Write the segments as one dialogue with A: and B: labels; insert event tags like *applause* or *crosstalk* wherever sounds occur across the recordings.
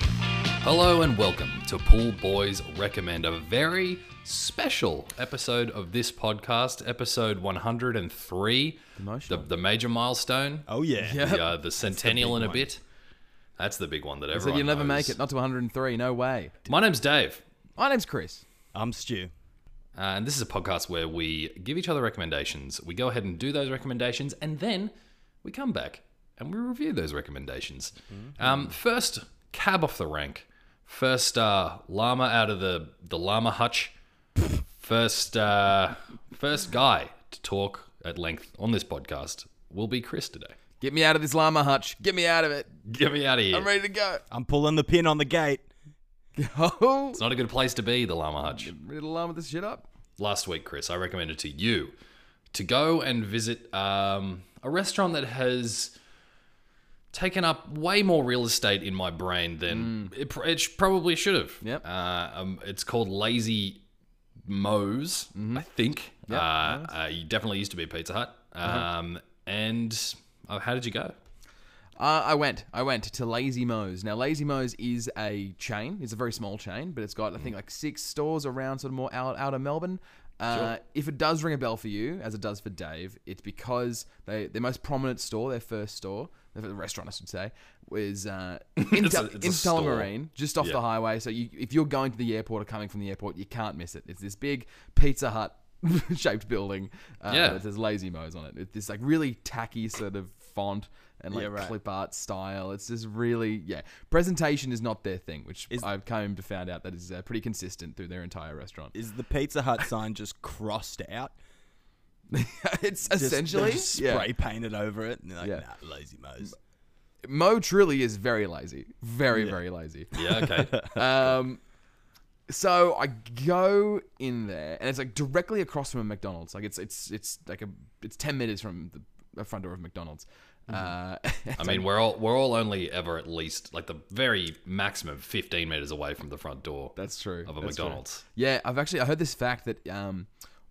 A: Hello and welcome to Pool Boys Recommend, a very special episode of this podcast, episode 103, the,
B: Emotional.
A: the major milestone,
B: oh yeah.
A: the, uh, the centennial in a
B: one.
A: bit. That's the big one that
C: So
A: everyone
C: you'll never make
A: knows.
C: it, not to 103, no way.
A: My name's Dave.
C: My name's Chris.
B: I'm Stu.
A: Uh, and this is a podcast where we give each other recommendations. We go ahead and do those recommendations, and then we come back and we review those recommendations. Um, first, cab off the rank. First, uh, llama out of the the llama hutch. First, uh, first guy to talk at length on this podcast will be Chris today.
C: Get me out of this llama hutch. Get me out of it.
A: Get me out of here.
C: I'm ready to go. *laughs*
B: I'm pulling the pin on the gate.
C: Oh,
A: It's not a good place to be, the llama hutch.
C: ready to llama this shit up.
A: last week, Chris, I recommended to you to go and visit um, a restaurant that has taken up way more real estate in my brain than it, pr- it sh- probably should have.
C: Mm. Yep.
A: Uh, um, it's called Lazy Moe's,
C: Mm-hmm.
A: I think. uh, uh, it definitely used to be Pizza Hut.
C: Uh-huh.
A: Um, And uh, how did you
C: *laughs*
A: go?
C: Uh, I went. I went to Lazy Mo's. Now, Lazy Mo's is a chain. It's a very small chain, but it's got, I think,
A: Mm.
C: like six stores around sort of more out, out of Melbourne. Uh, If it does ring a bell for you, as it does for Dave, it's because they, their most prominent store, their first store, the restaurant, I should say, was
A: *laughs*
C: uh, in,
A: It's a-
C: Tullamarine,
A: it's a store.
C: just off
A: Yeah.
C: the highway. So you, if you're going to the airport or coming from the airport, you can't miss it. It's this big Pizza Hut *laughs* shaped building. Uh,
A: Yeah.
C: that says Lazy Mo's on it. It's this like really tacky sort of font and like
B: Yeah, right.
C: clip art style. It's just really yeah. Presentation is not their thing, which
B: Is-
C: I've came to found out that is uh, pretty consistent through their entire restaurant.
B: Is the Pizza Hut sign just crossed out?
C: *laughs* it's
B: Just-
C: essentially
B: they just
C: yeah.
B: spray painted over it. And they're like,
C: Yeah.
B: nah, lazy mo's.
C: Mo truly is very lazy, very very lazy.
A: Yeah, okay.
C: Um, so I go in there, and it's like directly across from a McDonald's. Like it's it's it's like a it's ten minutes from the, the front door of McDonald's. Uh,
B: Mm-hmm.
C: *laughs*
A: I mean, we're all we're all only ever at least like the very maximum fifteen meters away from the front door.
C: That's true.
A: Of a
C: That's true.
A: McDonald's.
C: Yeah, I've actually I heard this fact that um,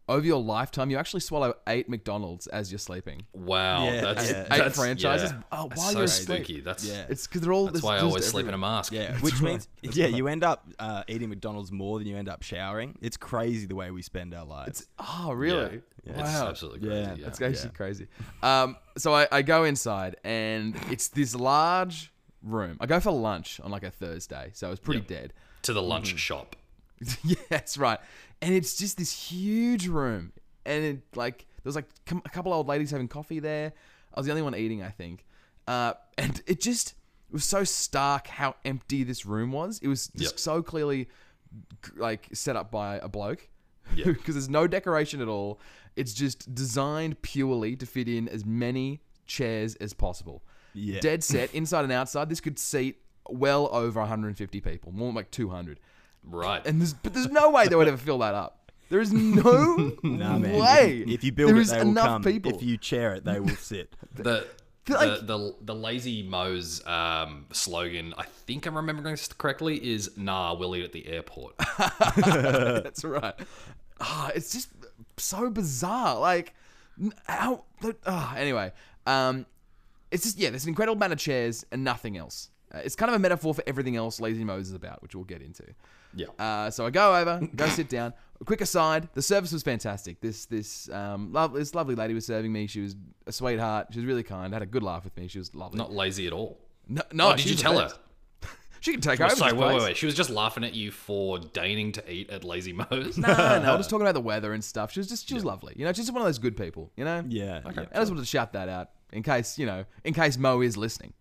C: over your lifetime you actually swallow eight McDonald's as you're sleeping.
A: Wow,
B: Yeah,
A: that's,
B: yeah.
C: Eight
A: that's-
C: franchises?
A: yeah.
C: Oh,
A: That's
C: while
A: so
C: you're asleep.
A: spooky. That's
B: Yeah.
C: It's because they're all.
A: that's
C: there's-
A: why I
C: there's
A: always sleep in a
C: everywhere.
A: mask.
B: Yeah,
C: That's
B: which
C: right.
B: means yeah, you end up uh, eating McDonald's more than you end up showering. It's crazy the way we spend our lives.
C: Oh,
A: Yeah.
C: really?
A: It's
C: Wow.
A: absolutely
B: Yeah.
A: crazy. Yeah,
C: That's actually crazy. Um, so I, I go inside and it's this large room. I go for lunch on like a Thursday, so it's pretty dead.
A: to the lunch
B: mm.
A: shop.
C: *laughs* yeah, that's right. And it's just this huge room, and it, like there was like com- a couple old ladies having coffee there. I was the only one eating, I think. Uh, and it just it was so stark how empty this room was. It was just
A: Yep.
C: so clearly like set up by a bloke.
A: Yeah.
C: *laughs* Because there's no decoration at all. It's just designed purely to fit in as many chairs as possible.
B: Yeah.
C: Dead set, inside and outside. This could seat well over 150 people, more like 200.
A: Right.
C: And there's, but there's no way they would ever fill that up. There is no
B: *laughs* Nah, man.
C: way.
B: If you build
C: There
B: it,
C: is
B: they will
C: enough
B: come.
C: people.
B: If you chair it, they will sit.
A: the, the,
C: Like-
A: the the lazy Mo's um, slogan, I think I'm remembering this correctly, is "Nah, we'll eat at the
C: *laughs*
A: airport."
C: *laughs* That's right. Ah, it's just so bizarre. Like, n- how? the- ah, anyway, um, it's just yeah. There's an incredible amount of chairs and nothing else. Uh, it's kind of a metaphor for everything else Lazy Mo's is about, which we'll get into.
A: yeah.
C: Uh, so I go over,
B: *coughs*
C: go sit down. A quick aside: the service was fantastic. This this um, love, this lovely lady was serving me. She was a sweetheart. She was really kind. Had a good laugh with me. She was lovely.
A: Not lazy at all.
C: no, no,
A: oh, did
C: she
A: you
C: was
A: tell
C: the
A: her?
C: best. She can take over.
A: Sorry,
C: this
A: wait, wait,
C: place.
A: wait. She was just laughing at you for deigning to eat at Lazy Mo's.
C: No, no, I'm just talking about the weather and stuff. She was just, she was lovely. You know, she's just one of those good people. You know.
B: Yeah.
C: I just wanted to shout that out in case you know, in case Mo is listening.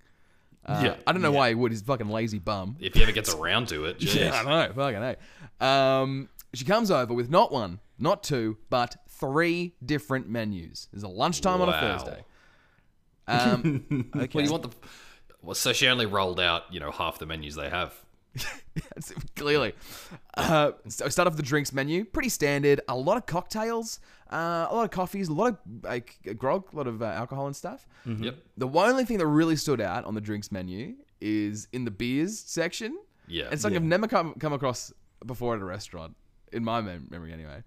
C: Uh,
A: Yeah.
C: I don't know why he would. He's a fucking lazy bum.
A: *laughs* If he ever gets around to
C: *laughs*
A: it, jeez.
C: I know. Fucking hey. Um, she comes over with not one, not two, but three different menus. There's a lunchtime on a
A: Wow.
C: Thursday. Um,
B: yeah.
A: Well,
B: Okay.
A: you want the? Well, so she only rolled out, you know, half the menus they have.
C: That's- clearly. Uh, so start off with the drinks menu, pretty standard. A lot of cocktails, uh, a lot of coffees, a lot of like grog, a lot of uh, alcohol and stuff.
A: Yep.
C: The only thing that really stood out on the drinks menu is in the beers section.
A: Yeah.
C: It's like I've never come, come across before at a restaurant, in my mem- memory anyway.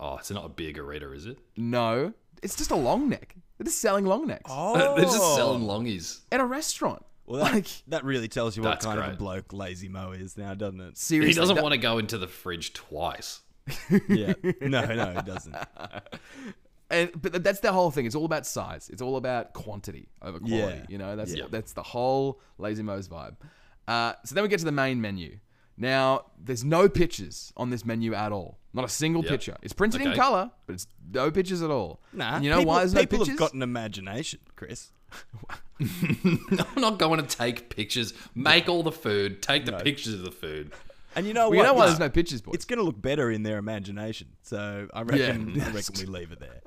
A: oh, it's not a beer garita, is it?
C: No, it's just a long neck. They're just selling long necks
B: Oh,
A: *laughs* They're just selling longies.
C: at a restaurant.
B: Well, that,
C: like
B: that really tells you what
A: That's
B: kind of a
A: great.
B: bloke Lazy Mo is now, doesn't
C: *laughs*
B: it?
A: he
C: seriously,
A: doesn't
C: that-
A: want to go into the fridge twice. *laughs*
B: Yeah. No, no, it doesn't.
C: And, but that's the whole thing. It's all about size. It's all about quantity over quality.
B: Yeah.
C: You know, that's
A: Yeah.
C: that's the whole Lazy Mo's vibe. Uh, so then we get to the main menu. Now, there's no pictures on this menu at all. Not a single
A: Yeah.
C: picture. It's printed in
A: Okay.
C: color, but it's no pictures at all.
B: Nah.
C: And you know
B: people,
C: why there's no
B: people
C: pictures?
B: have got an imagination, Chris.
A: I'm not going to take pictures. Make all the food. Take the pictures of the food.
B: And you know
C: Well,
B: what?
C: you know why
B: No,
C: there's no pictures, boys.
B: It's going to look better in their imagination. So I reckon,
C: *laughs*
B: *laughs* I reckon we leave it there.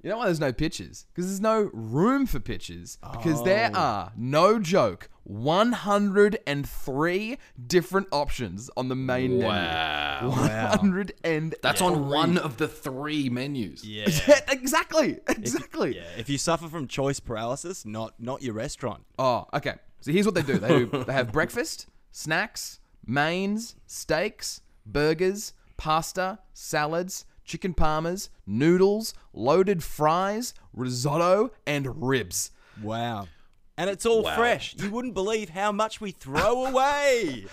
C: You know why there's no pictures? Because there's no room for pictures. Because there
B: Oh.
C: are, no joke, 103 different options on the main
A: Oh, Wow.
C: menu. 103.
A: That's on one of the three menus.
B: Yeah.
C: Yeah,
A: *laughs*
C: exactly. Exactly.
B: yeah. If you suffer from choice paralysis, not not your restaurant.
C: Oh, okay. So here's what they do. They do
A: *laughs*
C: they have breakfast, snacks, mains, steaks, burgers, pasta, salads, chicken parmas, noodles, loaded fries, risotto, and ribs.
B: Wow. And it's all
A: Wow.
B: fresh. You wouldn't believe how much we
C: *laughs*
B: throw away.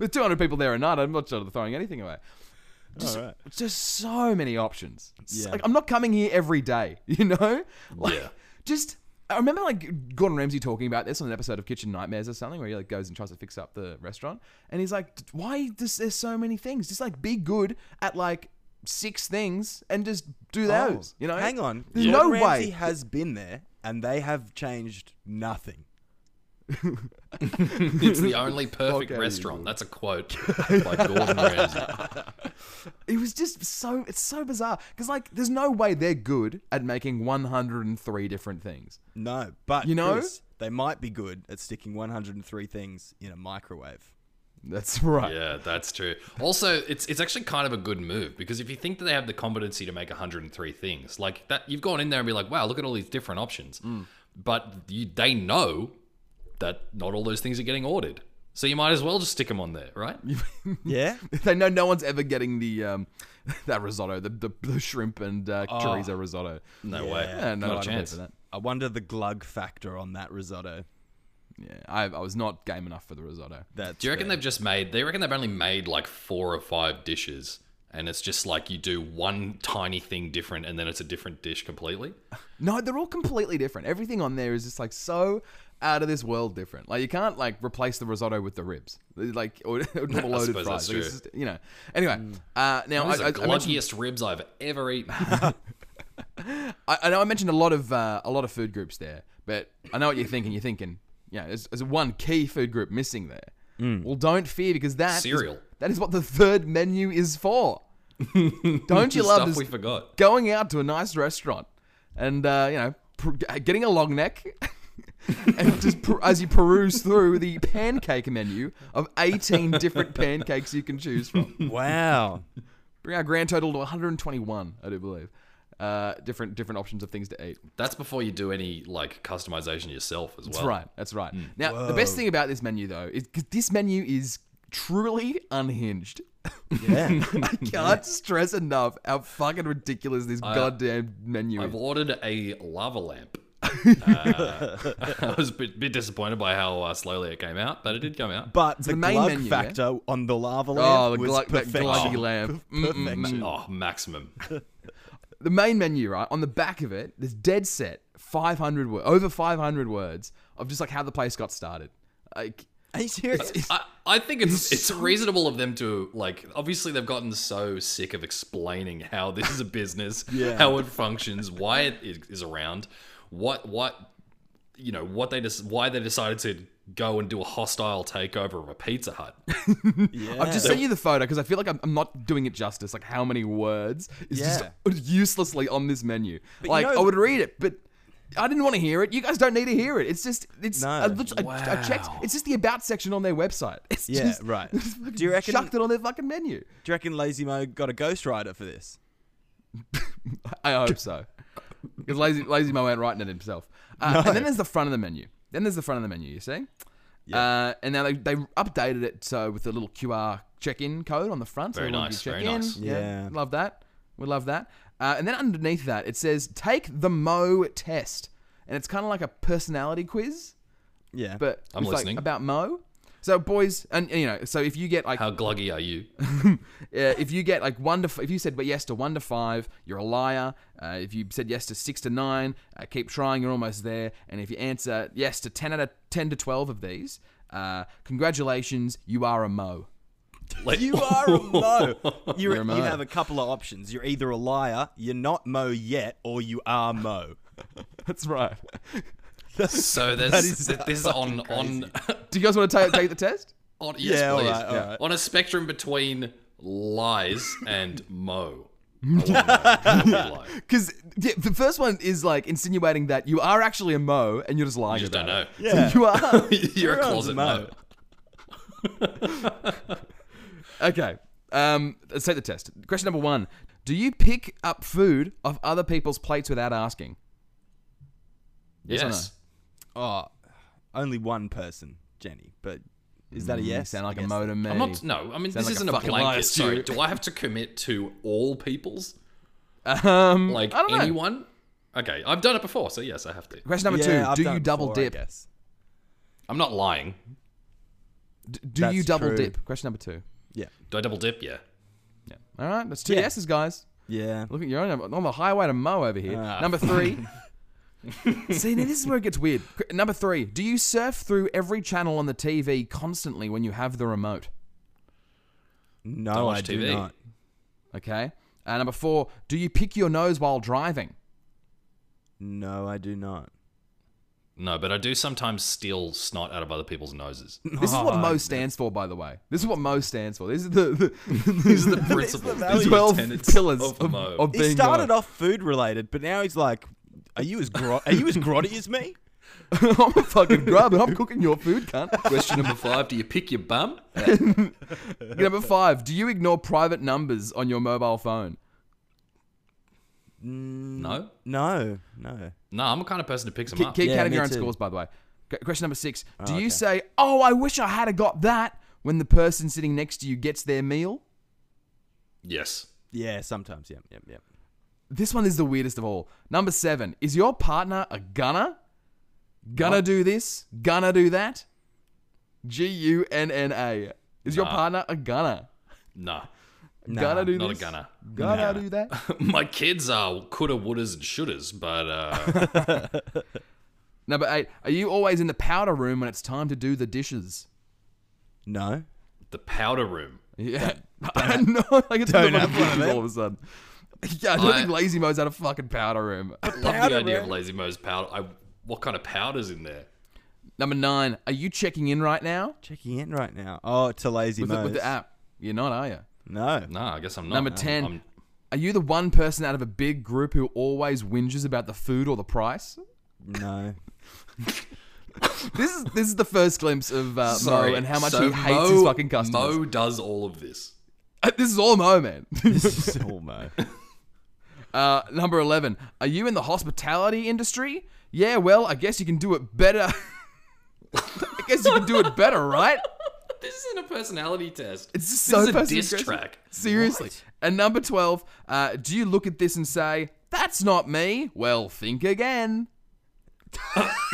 C: With 200 people there a night, I'm not sure they're throwing anything away. Just,
B: Alright.
C: just so many options. S-
B: Yeah.
C: Like, I'm not coming here every day, *laughs* you know? Like,
A: Yeah.
C: Just, I remember like Gordon Ramsay talking about this on an episode of Kitchen Nightmares or something where he like goes and tries to fix up the restaurant. And he's like, why does there's so many things? Just like be good at like six things and just do those, you know?
B: Oh, Hang on.
C: There's
B: Gordon
C: no
B: Ramsay
C: way.
B: has been there and they have changed nothing.
A: It's the
C: *laughs*
A: only perfect
C: Okay.
A: restaurant. That's a
C: *laughs*
A: quote by Gordon Ramsay.
C: It was just so it's so bizarre because like there's no way they're good at making 103 different things.
B: No, but
C: You know?
B: Chris, they might be good at sticking 103 things in a
C: *laughs*
B: microwave.
C: That's right.
A: Yeah, that's true. Also, it's it's actually kind of a good move because if you think that they have the competency to make 103 things, like that you've gone in there and be like, "Wow, look at all these different options."
C: Mm.
A: But you, they know that not all those things are getting ordered. So you might as well just stick them on there,
C: *laughs*
A: right?
B: Yeah.
C: they know no one's ever getting the um, *laughs* that risotto, the, the, the shrimp and uh, chorizo risotto.
A: Oh. No way.
C: Yeah, no, I'd
A: not a
C: pay
A: chance.
C: for that.
B: I wonder the glug factor on that risotto.
C: Yeah, I, I was not game enough for the risotto.
B: That's
A: Do you reckon
B: the-
A: they've just made? They reckon they've only made like four or five dishes, and it's just like you do one tiny thing different, and then it's a different dish completely.
C: No, they're all completely different. Everything on there is just like so out of this world different. Like you can't like replace the risotto with the ribs, like
A: *laughs*
C: or, *laughs* or double loaded
A: suppose that's
C: fries. Like, it's
A: true. Mm.
C: just, you know. Anyway, uh, now I,
A: Those
C: I,
A: are
C: I
A: the
C: mentioned,
A: gluttiest ribs I've ever
C: *laughs*
A: eaten.
C: I, I know I mentioned a lot of uh, a lot of food groups there, but I know what you're thinking. You're thinking, yeah, there's, there's one key food group missing there. Well, don't fear because that is-
A: Mm. Cereal.
C: that is what the third menu is
A: *laughs*
C: for. don't you love
A: Stuff
C: this?
A: we forgot.
C: going out to a nice restaurant and uh, you know pr- getting a long neck *laughs* and just per- as you peruse through the pancake menu of
A: *laughs*
C: 18 different pancakes you can choose from
B: Wow.
C: bring our grand total to 121 i do believe uh, different different options of things to eat
A: That's before you do any like customization yourself as
B: Oh.
A: well.
C: That's right. That's right.
B: Hmm.
C: Now, the best thing about this menu, though, is 'cause this menu is truly unhinged.
B: yeah.
C: *laughs* I can't stress enough how fucking ridiculous this goddamn menu
A: I've
C: is.
A: ordered a lava lamp. Uh, *laughs* I was a bit, bit disappointed by how uh, slowly it came out, but it did come out.
B: But the,
C: the main
B: glug
C: menu, yeah?
B: factor on the lava lamp
C: Oh, the
B: was
C: glu- that
B: perfection.
C: gluggy lamp. Mm.
B: P- *laughs* Perfection.
A: Oh, maximum.
C: the main menu, right? On the back of it, there's dead set 500 wo- over 500 words of just like how the place got started. Like
B: *laughs* Are you serious?
A: I, I think it's it's reasonable of them to like. Obviously, they've gotten so sick of explaining how this is a business, how it functions, why it is- is around, what what you know, what they just why they decided to go and do a hostile takeover of a Pizza Hut.
B: yeah.
C: I've just sent you the photo because I feel like I'm, I'm not doing it justice. Like how many words is
B: Yeah.
C: just uselessly on this menu.
B: you
C: like
B: know-
C: I would read it, but I didn't want to hear it. You guys don't need to hear it. It's just it's
B: No.
C: I, lit- I- I checked.
A: Wow.
C: It's just the about section on their website. It's
B: Yeah,
C: just,
B: right.
C: *laughs* it's fucking
B: Do you reckon-
C: chucked it on their fucking menu?
B: Do you reckon Lazy Mo got a ghostwriter for this?
C: I hope so. Because lazy, lazy Mo ain't writing it himself. Uh, And then there's the front of the menu. Then there's the front of the menu, you see?
B: Yeah.
C: Uh, and now they, they updated it so with the little QR check in code on the front. so
A: Very
C: when you
A: nice,
C: check
A: very
C: in,
A: nice.
B: Yeah.
C: Love that. We love that. Uh, and then underneath that, it says take the Mo test. And it's kind of like a personality quiz,
B: Yeah.
C: but
A: I'm
C: it's like
A: listening.
C: about Mo. So boys, and you know, so if you get like
A: How gluggy are you?
C: uh, if you get like one to f- if you said yes to one to five, you're a liar. Uh, if you said yes to six to nine, uh, keep trying, you're almost there. And if you answer yes to ten out of ten to twelve of these, uh, congratulations, you are a mo.
A: Like-
B: You are a
C: *laughs*
B: Mo. You're,
C: You're a Mo.
B: You have a couple of options. You're either a liar, you're not Mo yet, or you are
C: *laughs*
B: Mo.
C: That's right. *laughs*
A: so there's
B: is
A: th- this is on on
C: Do you guys want to take, take the test?
A: on E yes,
B: Yeah, all
A: please.
B: right, all right.
A: on a spectrum between lies and
C: *laughs*
A: mo. I want mo. I want lie.
C: Because the first one is like insinuating that you are actually a mo and you're just lying
A: You just
C: about
A: don't know.
C: it.
B: Yeah.
C: You
A: *laughs*
C: are. *laughs*
A: You're a
B: Everyone's
A: closet
B: a
A: mo.
B: mo.
C: Okay. Um, let's take the test. Question number one: Do you pick up food off other people's plates without asking?
A: Yes.
C: or
B: Oh, only one person, Jenny. But is that a
C: Mm, You
B: yes?
C: sound like
B: I
C: a
B: guess-
C: mo to me.
A: I'm not. No, I mean this
C: Sound like a
A: isn't a,
C: fucking
A: blanket.
C: liar, Stu.
A: Sorry, do I have to commit to all people's?
C: Um,
A: Like
C: I don't know.
A: anyone? Okay, I've done it before, so yes, I have to.
C: Question number
B: Yeah,
C: 2
B: I've
C: Do
B: done
C: you
B: it
C: double
B: before, I
C: dip?
B: guess.
A: I'm not lying.
C: D- do you
B: That's
C: double
B: true.
C: dip? Question number two.
B: Yeah.
A: Do I double dip? Yeah.
C: Yeah. All right, that's two
B: Yeah.
C: yeses, guys.
B: Yeah.
C: Look at your own on the highway to Mo over here.
B: Ah. *laughs*
C: Number three. See, now this is where it gets weird. Qu- Number three. Do you surf through every channel on the TV constantly when you have the remote? Oh,
B: No,
A: watch
B: I do
A: TV.
B: not.
C: Okay. Uh, number four. Do you pick your nose while driving?
B: No, I do not.
A: No, but I do sometimes steal snot out of other people's
C: *laughs*
A: noses.
C: This is
B: Oh,
C: what Mo stands for, by the way. This is what Mo stands for. These are the, the, *laughs* these are the
A: Principles.
B: the
A: These are the
C: twelve
A: tenets
C: pillars
A: of,
C: of,
A: Mo.
C: of being
B: He started
C: Mo.
B: off food related, but now he's like, "Are you as gro- are you as grotty as
C: *laughs*
B: me?"
C: I'm a fucking grub and I'm cooking your food, cunt.
A: Question number five: Do you pick your bum?
C: Number five, do you ignore private numbers on your mobile phone? Mm.
A: No.
B: No, no.
A: No, I'm the kind of person who picks them
C: Keep,
A: up.
C: keep
B: Yeah,
C: counting
B: me
C: your own
B: too.
C: scores, by the way. Qu- Question number six, do you say, oh, I wish I had a got that when the person sitting next to you gets their meal?
A: Yes.
B: Yeah, sometimes. Yep, yep, yep.
C: This one is the weirdest of all. Number seven, is your partner a gunner? Gonna do this? Gonna do that? G U N N A. Is your
A: Nah.
C: partner a gunner?
A: Nah.
C: gonna do
A: Not
C: this?
A: a gunner.
C: Gonna do
A: *laughs*
C: that?
A: My kids are coulda, wouldas, and shouldas, but uh,
C: Number eight, are you always in the powder room when it's time to do the dishes?
B: *laughs* No.
A: the powder room.
C: Yeah. *laughs* I know. Like it's
B: Don't
C: another
B: have one of
C: dishes
B: them.
C: all of a sudden. *laughs* Yeah, I don't
A: I-
C: think Lazy Mo's had a fucking powder room.
A: Love
B: Powder
A: the idea of
B: room.
A: Lazy Mo's powder. I, what kind of powder's in there?
C: Number nine, are you checking in right now
B: Checking in right now. Oh, it's a lazy
C: with the, with
B: Mo's.
C: the app? You're not, are you?
B: No.
A: Nah, I guess I'm not.
C: Number
A: Oh, No,
C: 10,
A: I'm-
C: are you the one person out of a big group who always whinges about the food or the price? *laughs*
B: No.
C: This is this is the first glimpse of uh,
A: sorry.
C: Mo and how much
A: So
C: he hates
A: Mo-
C: his fucking customers.
A: Mo does all of this.
C: *laughs* This is all Mo, man.
B: this is all Mo.
C: Uh, number 11. Are you in the hospitality industry? Yeah, well, I guess you can do it better. *laughs* I guess you can do it better,
A: *laughs*
C: right?
A: This isn't a personality test.
C: It's *laughs* just
A: This
C: so
A: is a
C: passive
A: diss
C: aggressive.
A: track.
C: Seriously. And number 12. Uh, do you look at this and say, that's not me? Well, think again. *laughs*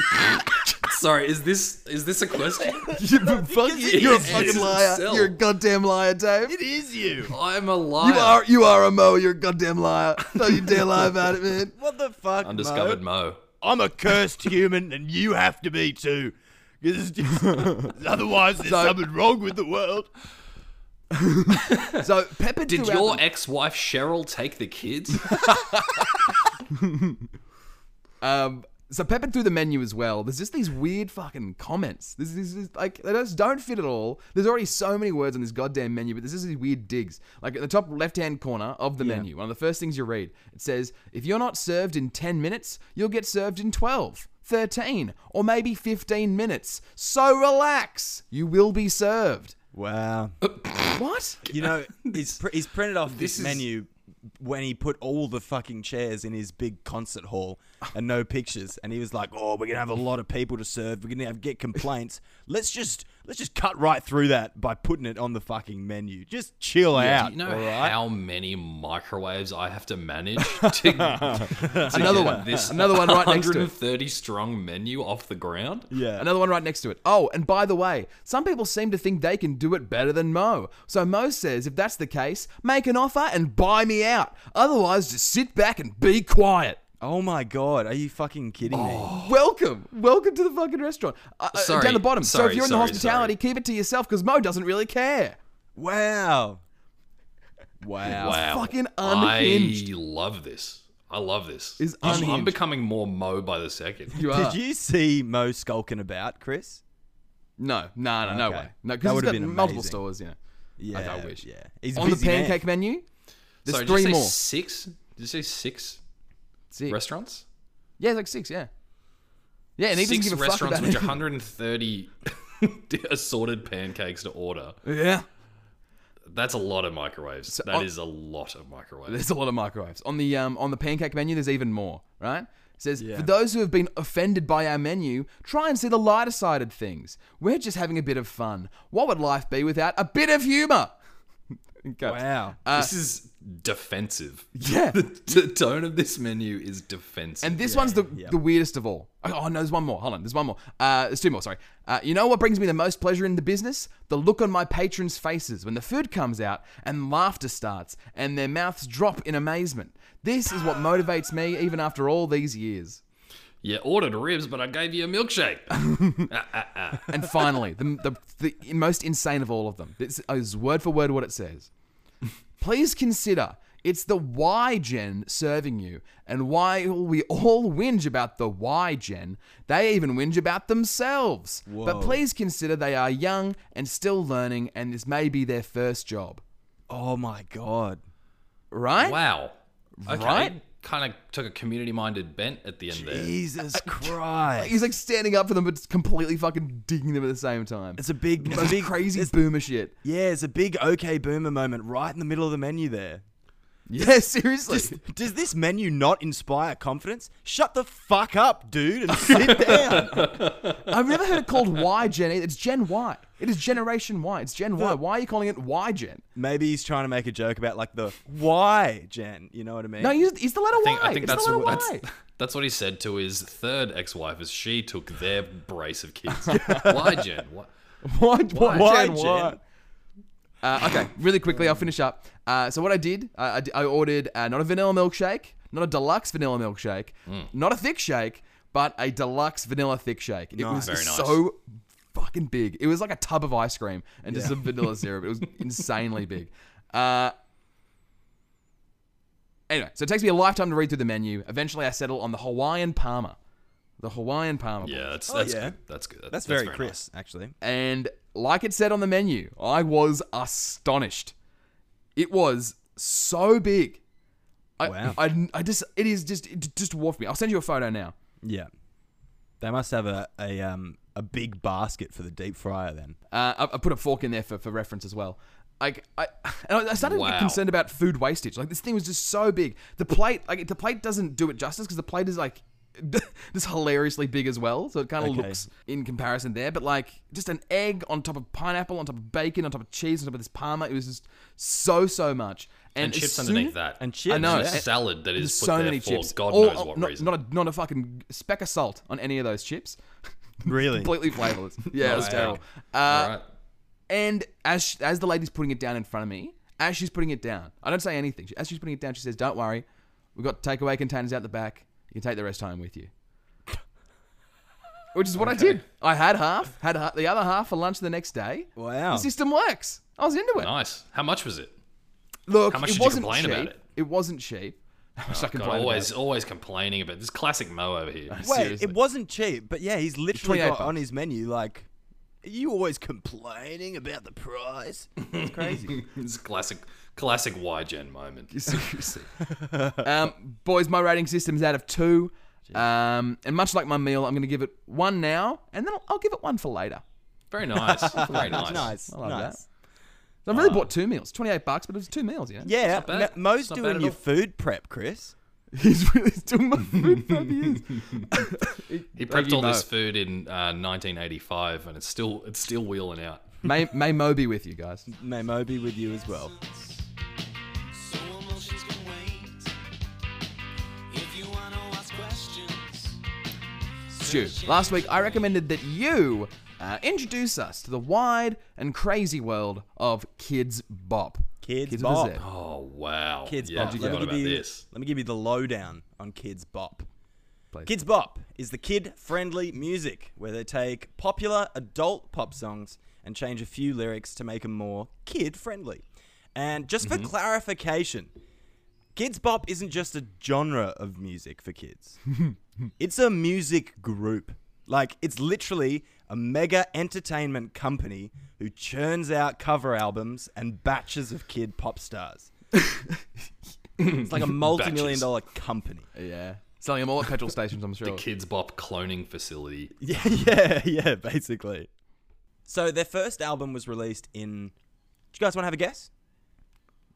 A: Sorry, is this is this a question?
C: You- fuck you.
A: it
C: You're a
A: is
C: fucking liar.
A: himself.
C: You're a goddamn liar,
B: *laughs*
C: Dave.
B: it is you.
A: *laughs* I'm a liar.
C: You are, you are a mo. You're a goddamn liar.
A: *laughs*
C: Don't you dare lie about it, man.
B: What the fuck?
A: Undiscovered
B: Mo?
A: Mo.
B: I'm a cursed human, and you have to be too. 'Cause it's
C: *laughs*
B: just- otherwise, there's something wrong with the world.
C: So, Pepper
A: Did your ex-wife Cheryl take the kids?
C: Um, so peppered through the menu as well. There's just these weird fucking comments. This is this is- like they just don't fit at all. There's already so many words on this goddamn menu, but there's just these weird digs. Like at the top left-hand corner of the menu, one of the first things you read, it says, "If you're not served in 10 minutes, you'll get served in 12, 13, or maybe 15 minutes. So relax, you will be served."
B: Wow.
C: What?
B: You know, he's, pr- he's printed off this,
A: is-
B: menu when he put all the fucking chairs in his big concert hall and no pictures. And he was like, "Oh, we're gonna have a lot of people to serve. We're gonna have get complaints. Let's just let's just cut right through that by putting it on the fucking menu. Just chill out.
A: Do you know
B: all right?
A: how many microwaves I have to
C: *laughs*
A: manage to, to
C: Another
A: get
C: one.
A: This
C: Another one right next to it.
A: 130 strong menu off the ground.
B: yeah.
C: Another one right next to it. Oh, and by the way, some people seem to think they can do it better than Mo. So Mo says, if that's the case, make an offer and buy me out. Otherwise, just sit back and be quiet.
B: oh my god, are you fucking kidding
C: Oh.
B: me?
C: Welcome, welcome to the fucking restaurant. Uh, uh,
A: Sorry,
C: down the bottom. so
A: sorry,
C: if you're in the
A: sorry,
C: hospitality, keep it to yourself because Mo doesn't really care.
B: Wow. Wow.
A: Wow.
C: fucking unhinged.
A: I love this. I love this.
C: Is
A: I'm- I'm
C: unhinged.
A: becoming more Mo by the second.
C: You are.
B: Did you see Mo skulking about, Chris?
C: No, no, no, no
B: Okay.
C: way. No,
B: That
C: because he's
B: would've
C: got
B: been
C: multiple
B: amazing.
C: stores. You know,
B: Yeah.
C: I wish.
B: Yeah. He's a
C: on the
B: busy man.
C: pancake menu, there's
A: Sorry, did you
C: three
A: say
C: more.
A: Six? Did you say six
C: Six.
A: restaurants?
C: yeah, like six. Yeah, yeah, and he
A: six
C: doesn't give a fuck
A: restaurants
C: about
A: which
C: it.
A: 130 *laughs* assorted pancakes to order.
C: *laughs* Yeah.
A: That's a lot of microwaves. That is
C: on-
A: a lot of microwaves.
C: There's a lot of microwaves on the um, on the pancake menu. There's even more, right? It says
B: Yeah.
C: for those who have been offended by our menu, try and see the lighter side of things. We're just having a bit of fun. What would life be without a bit of humor? *laughs* Okay.
B: Wow.
C: Uh,
A: this is defensive.
B: *laughs*
C: Yeah.
A: the, the tone of this menu is defensive.
C: And this one's the, the weirdest of all. Oh, oh, no, there's one more. Hold on, there's one more. Uh, there's two more, sorry. Uh, you know what brings me the most pleasure in the business? The look on my patrons' faces when the food comes out and laughter starts and their mouths drop in amazement. This is what motivates me even after all these years.
A: You ordered ribs, but I gave you a milkshake.
C: And finally, the, the, the most insane of all of them. This is word for word what it says. Please consider it's the Y Gen serving you, and why we all whinge about the Y Gen, they even whinge about themselves. But
B: Whoa.
C: please consider they are young and still learning, and this may be their first job.
B: oh my god.
C: Right?
A: wow. Okay.
C: Right?
A: Kind of took a community minded bent at the end there.
B: Jesus Christ.
C: He's like standing up for them, but completely fucking digging them at the same time.
B: It's a big, it's a
C: Most
B: big
C: crazy
B: it's-
C: boomer shit.
B: yeah, it's a big OK Boomer moment right in the middle of the menu there.
C: Yeah, *laughs* seriously.
B: Does, does this menu not inspire confidence? Shut the fuck up, dude, and sit down.
C: I've never heard it called Y Gen. either. It's Gen Y. It is Generation Y. It's Gen Y. Why are you calling it Y Gen?
B: Maybe he's trying to make a joke about like the why, Jen. You know what I mean?
C: No, use- it's the letter
A: I think,
C: Y.
A: I think
C: it's
A: that's,
C: the letter
A: what, that's,
C: Y.
A: *laughs* that's what he said to his third ex wife as she took their brace of kids. Why, Jen? What?
C: *laughs* Why, why,
B: why,
C: Gen
B: Jen?
C: Y? Uh, okay, really quickly, I'll finish up. Uh, so what I did, uh, I, d- I ordered uh, not a vanilla milkshake, not a deluxe vanilla milkshake,
A: Mm.
C: not a thick shake, but a deluxe vanilla thick shake. It was
A: Very nice.
C: so fucking big. It was like a tub of ice cream and just some
A: *laughs*
C: vanilla syrup. It was insanely big. Uh, anyway, so it takes me a lifetime to read through the menu. Eventually, I settle on the Hawaiian Palmer. The Hawaiian Palmer.
A: Yeah, that's, that's
B: yeah.
A: good. That's good. That-
B: That's very,
A: nice.
B: Chris, actually.
C: And like it said on the menu, I was astonished. It was so big. I,
B: Wow.
C: I, I just, it is just, it just dwarfed me. I'll send you a photo now.
B: Yeah, they must have a a um a big basket for the deep fryer then.
C: Uh, I, I put a fork in there for, for reference as well. Like I, *laughs* and I started to
A: Wow.
C: get concerned about food wastage. Like this thing was just so big. The plate, like the plate, doesn't do it justice because the plate is like *laughs* just hilariously big as well. So it kind of
B: Okay.
C: looks in comparison there. But like just an egg on top of pineapple, on top of bacon, on top of cheese, on top of this parma. It was just so so much. And,
A: And
C: as
A: chips
C: soon-
A: underneath that.
B: And chips.
C: I know.
A: And a
C: and-
A: salad that is
C: There's
A: put
C: so
A: there
C: many
A: for
C: chips.
A: God
C: All-
A: knows
C: oh,
A: what
C: not,
A: reason.
C: Not a, not a fucking speck of salt on any of those chips.
B: Really?
C: Completely
A: *laughs*
C: flavorless. Yeah, it was
A: Wow.
C: terrible. Uh,
A: All right.
C: and as sh as the lady's putting it down in front of me, as she's putting it down, I don't say anything. She- As she's putting it down, she says, "Don't worry, we've got takeaway containers out the back. You can take the rest home with you." Which is what I did. I had half, had ha- the other half for lunch the next day.
B: Wow.
C: The system works. I was into it.
A: Nice. How much was it?
C: Look,
A: How much
C: it
A: did you
C: wasn't
A: complain
C: cheap.
A: about it? Oh,
C: wasn't cheap. How much I
A: God,
C: complained about
A: always,
C: it.
A: always complaining about this classic Mo over here.
B: Wait,
C: Seriously.
B: it wasn't cheap, but yeah, he's literally
C: 28
B: got on
C: bucks.
B: his menu like, "Are you always complaining about the price?" That's crazy.
A: *laughs* it's classic, classic YGen moment.
B: *laughs*
C: Seriously. um, boys, my rating system's out of two. Um, and much like my meal, I'm going to give it one now, and then I'll, I'll give it one for later.
A: Very nice. Very nice.
B: nice,
C: I love that.
B: nice.
C: So I've really bought two meals. Twenty eight bucks, but it was two meals. Yeah.
B: Ah. Yeah,
A: bad.
B: Mo's
A: It's not bad
B: doing
A: at
B: your
A: all.
B: food prep, Chris.
C: *laughs* He's really still my food prep. He is.
A: He
C: Like
A: prepped
C: you
A: all this
C: know.
A: food in uh, 1985, and it's still it's still wheeling out.
C: May May Mo be with you guys.
B: May Mo be with you as well.
D: So emotions can wait. If you wanna ask questions,
C: Stu, last week I recommended that you uh, introduce us to the wide and crazy world of Kids Bop.
B: Kids
C: with a
B: Bop.
C: Z.
A: Oh wow!
B: Kids
A: yeah,
B: Bop.
A: I
B: Let
A: forgot
B: me,
A: about
B: give you,
A: this.
B: let me give you the lowdown on Kids Bop.
C: Please.
B: Kids Bop is the kid friendly music where they take popular adult pop songs and change a few lyrics to make them more kid friendly. And just
A: Mm-hmm.
B: for clarification, Kids Bop isn't just a genre of music for *laughs* kids, it's a music group. Like, it's literally a mega entertainment company who churns out cover albums and batches of kid pop stars. it's *laughs* like a multi million
A: Batches.
B: dollar company.
C: Yeah. Selling them all at petrol stations, I'm sure.
A: The Kids Bop cloning facility.
B: *laughs* Yeah, yeah, yeah, basically. So their first album was released in. Do you guys want to have a guess?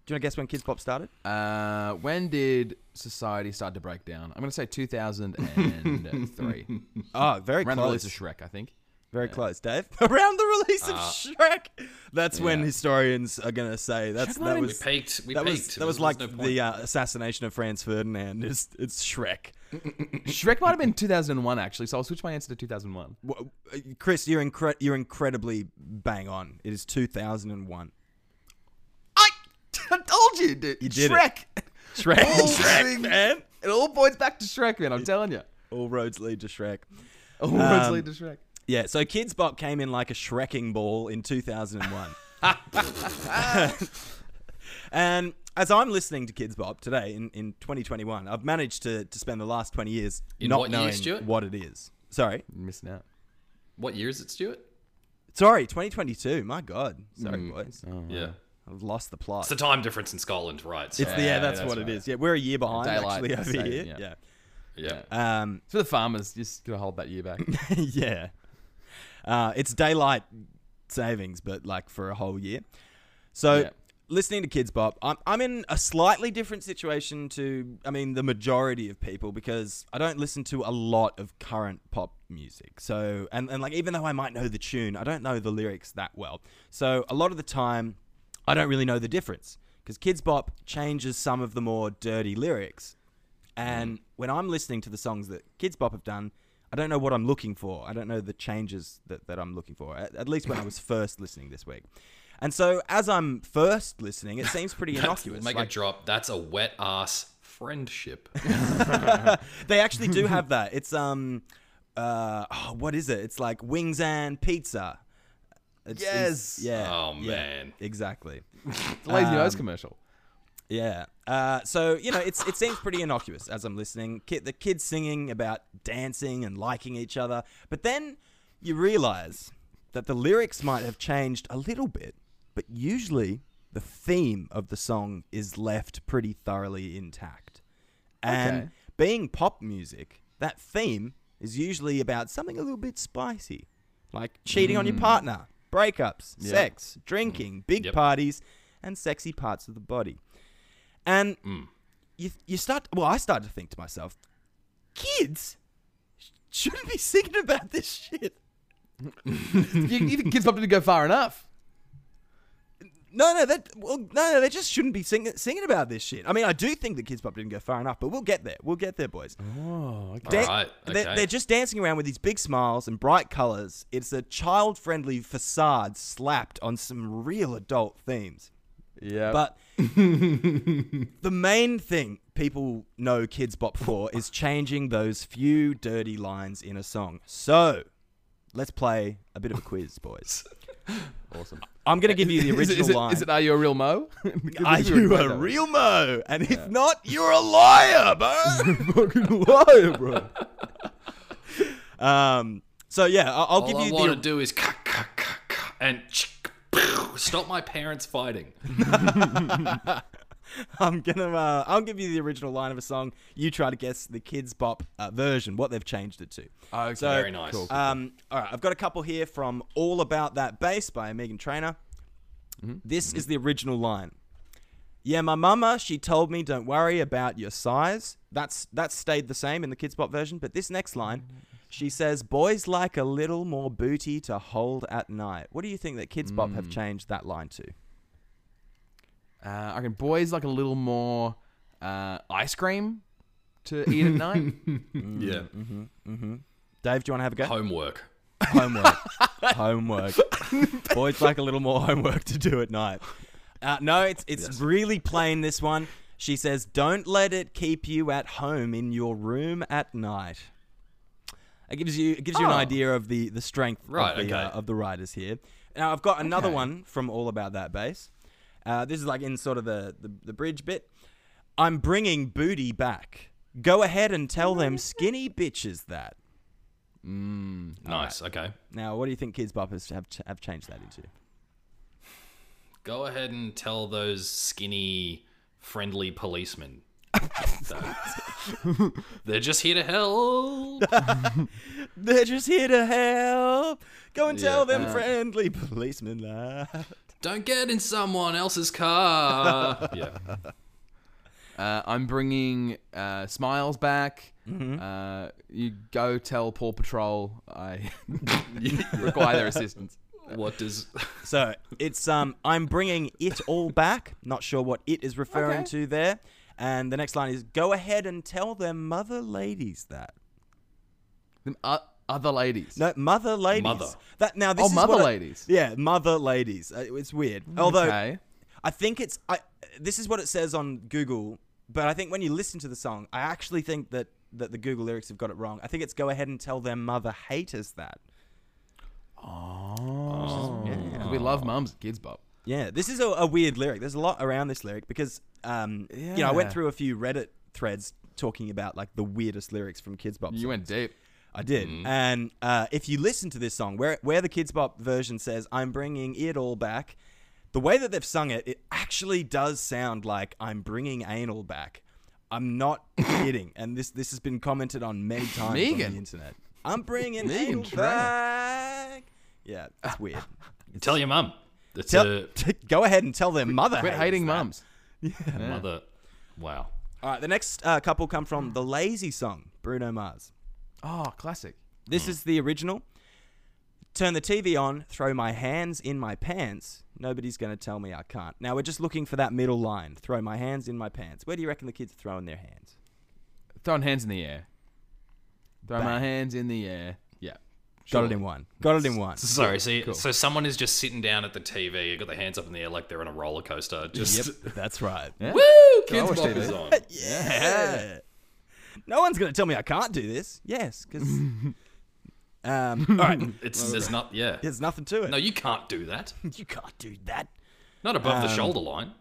B: Do you want to guess when Kids Pop started?
C: Uh, when did society start to break down? I'm going to
B: *laughs*
C: say 2003.
B: Oh, very
C: Around the
B: close.
C: release of Shrek, I think.
B: very close, Dave. *laughs* Around the release of Shrek. That's when
C: yeah.
B: historians are going to say that's
C: might
B: that
C: have been
A: We
B: was
A: peaked. We
B: that
A: peaked.
B: was that
A: There
B: was like
A: no point.
B: the uh, assassination of Franz Ferdinand. *laughs* It's, it's Shrek.
C: Shrek might have been 2001, actually, so I'll switch my answer to 2001.
B: Wha- uh, Chris, you're incre- you're incredibly bang on. It is 2001.
C: I, *laughs* I told you, dude.
B: You did it.
C: *laughs* Shrek.
B: Shrek, Shrek, man.
C: It all boils back to Shrek, man. I'm telling you.
B: All roads lead to Shrek.
C: All roads
B: Um,
C: lead to Shrek.
B: Yeah, so Kids Bop came in like a shrekking ball in 2001.
C: *laughs*
B: *laughs* and as I'm listening to Kids Bop today in, in 2021, I've managed to, to spend the last 20 years
A: In
B: not
A: what year,
B: knowing
A: Stuart?
B: what it is. Sorry.
C: You're missing out.
A: what year is it, Stuart?
B: Sorry, 2022. My God. Sorry,
C: Mm.
B: boys.
C: Oh.
A: Yeah,
B: I've lost the plot.
A: it's the time difference in Scotland, right? So,
B: Oh, It's the, yeah,
C: Yeah,
B: that's,
C: that's
B: what
C: right.
B: it is. Yeah, we're a year behind
C: Daylight
B: actually over
C: saving,
B: here.
C: yeah.
A: yeah.
B: yeah. Um,
C: It's for the farmers. Just gonna hold that year *laughs* back.
B: *laughs* yeah. Uh, it's daylight savings, but like for a whole year. So
C: Yeah.
B: listening to Kids Bop, I'm, I'm in a slightly different situation to, I mean, the majority of people because I don't listen to a lot of current pop music. So, and, and like, even though I might know the tune, I don't know the lyrics that well. So a lot of the time, I don't really know the difference because Kids Bop changes some of the more dirty lyrics and
A: Mm.
B: when I'm listening to the songs that Kids Bop have done, I don't know what I'm looking for. I don't know the changes that, that I'm looking for, at, at least when I
A: *laughs*
B: was first listening this week. And so as I'm first listening, it seems pretty
A: *laughs* That's-
B: innocuous.
A: Make
B: Like,
A: a drop. That's a wet ass friendship.
B: *laughs* they actually do have
A: *laughs*
B: that. It's, um, uh, oh, what is it? It's like wings and pizza. It's, it's-
C: Yes.
B: yeah.
A: Oh,
B: yeah,
A: man.
B: Exactly.
C: It's a lazy nose commercial.
B: Yeah. Uh, so you know, it's it seems pretty innocuous as I'm listening. Ki the kids singing about dancing and liking each other, but then you realise that the lyrics might have changed a little bit, but usually the theme of the song is left pretty thoroughly intact. And
C: Okay.
B: being pop music, that theme is usually about something a little bit spicy, like cheating on your partner, breakups, sex, drinking, big
A: Yep.
B: parties, and sexy parts of the body. And you you start well, I started to think to myself, kids shouldn't be singing about this shit.
C: you, you think Kids Bop didn't go far enough?
B: No, no, that well, no, no, they just shouldn't be singing singing about this shit. I mean, I do think that Kids Pop didn't go far enough, but we'll get there. We'll get there, boys.
C: Oh, okay.
B: Dan-
A: Alright,
B: they're,
A: okay.
B: they're just dancing around with these big smiles and bright colors. It's a child-friendly facade slapped on some real adult themes.
C: Yeah. *laughs*
B: But *laughs* the main thing people know Kids Bop for is changing those few dirty lines in a song. So let's play a bit of a quiz,
C: *laughs*
B: boys.
C: awesome.
B: I'm going to give you the
C: Is it-
B: original
C: is it,
B: line.
C: Is it Are You a Real Mo?
B: *laughs* Are you a real mo? And if not, you're a liar,
C: *laughs*
B: bro.
C: fucking liar, bro?
B: um, so yeah, I- I'll
A: All
B: give
A: I
B: you
A: want
B: the
A: to do is ka, ka, ka, ka, and chick, stop my parents fighting.
B: I'm gonna uh, I'll give you the original line of a song. You try to guess the Kids Bop uh, version, what they've changed it to.
C: Okay.
B: So,
A: Very nice.
C: Cool.
B: Um, all right, I've got a couple here from
C: Mm-hmm.
B: All About That Bass by Megan Trainer. This is the original line. Yeah, my mama, she told me don't worry about your size. That's that's stayed the same in the Kids Pop version, but this next line, she says, "Boys like a little more booty to hold at night." What do you think that Kids Pop
C: Mm.
B: have changed that line to?
C: Uh, I reckon boys like a little more uh, ice cream to eat
B: *laughs*
C: at night.
A: Yeah.
B: Dave, do you want to have a go?
A: Homework.
B: *laughs* homework. homework. Boys like a little more homework to do at night. Uh, no, it's it's really plain this one. She says, "Don't let it keep you at home in your room at night." It gives you it gives you an
C: Oh.
B: idea of the the strength
A: Right,
B: of, the, uh,
A: okay.
B: of the writers here. Now I've got another
C: Okay.
B: one from All About That Bass. Uh, this is like in sort of the, the the bridge bit. I'm bringing booty back. Go ahead and tell them skinny bitches that.
A: Nice. Okay.
B: Now, what do you think kids boppers have, ch- have changed that into?
A: Go ahead and tell those skinny,
B: *laughs*
A: friendly policemen. that- They're just here
B: *laughs*
A: to help.
B: They're just here to help. Go and tell
A: Yeah.
B: them
C: uh,
B: friendly policemen that.
A: Don't get in someone
B: *laughs*
A: else's car. yeah.
C: Uh, I'm bringing uh, smiles back.
B: Mm-hmm.
C: Uh, you go tell Paw Patrol I *laughs* require their assistance.
A: What does?
B: *laughs*
A: *laughs*
B: So it's um, I'm bringing it all back. Not sure what it is referring
C: Okay.
B: to there. And the next line is, go ahead and tell their mother ladies that.
C: Them o- other ladies.
B: No, mother ladies.
A: Mother.
B: That now this
C: Oh,
B: is
C: mother
B: what I-
C: ladies. Mm,
B: yeah, mother ladies. Uh, It's weird. Although
C: Okay.
B: I think it's I. This is what it says on Google, but I think when you listen to the song, I actually think that that the Google lyrics have got it wrong. I think it's "Go ahead and tell their mother haters that."
C: Oh. We love mums and kids, Bob.
B: Yeah, this is a, a weird lyric. There's a lot around this lyric because, um, you know, I went
C: Yeah.
B: through a few Reddit threads talking about like the weirdest lyrics from Kids Bop.
C: You went deep.
B: I did.
C: Mm-hmm.
B: And uh, if you listen to this song, where where the Kids Bop version says "I'm bringing it all back," the way that they've sung it, it actually does sound like "I'm bringing anal back." I'm
C: *laughs*
B: not kidding, and this this has been commented on many times on
C: Megan.
B: the internet. I'm bringing
C: Megan
B: anal
C: Trainor.
B: back. Yeah, it's
C: *laughs*
B: weird.
A: Tell your mum. That's
B: Tell, *laughs*
A: a
B: go ahead and tell their mother.
C: Quit
B: hates
C: hating
B: that.
C: mums.
A: mother. Wow.
B: All right, the next uh, couple come from the Lazy Song, Bruno Mars.
C: Oh, classic.
B: This is the original. Turn the TV on, throw my hands in my pants. Nobody's going to tell me I can't. Now we're just looking for that middle line. Throw my hands in my pants. Where do you reckon the kids are throwing their hands?
C: Throwing hands in the air. Throw my
B: Bang.
C: hands in the air. Yeah.
B: Got it in one. Got it in *laughs* one.
A: Sorry. See, so someone is just sitting down at the TV, got their hands up in the air like they're on a roller coaster. Just
B: That's right.
C: Yeah.
A: *laughs* woo, kids'
C: watch
A: bop
C: TV.
A: is on.
B: *laughs* Yeah. No one's going to tell me I can't do this. Yes, *laughs* because. um, all right.
A: *laughs* It's there's not. Yeah.
B: There's nothing to it.
A: No, you can't do that.
B: you can't do that.
A: Not above the shoulder line.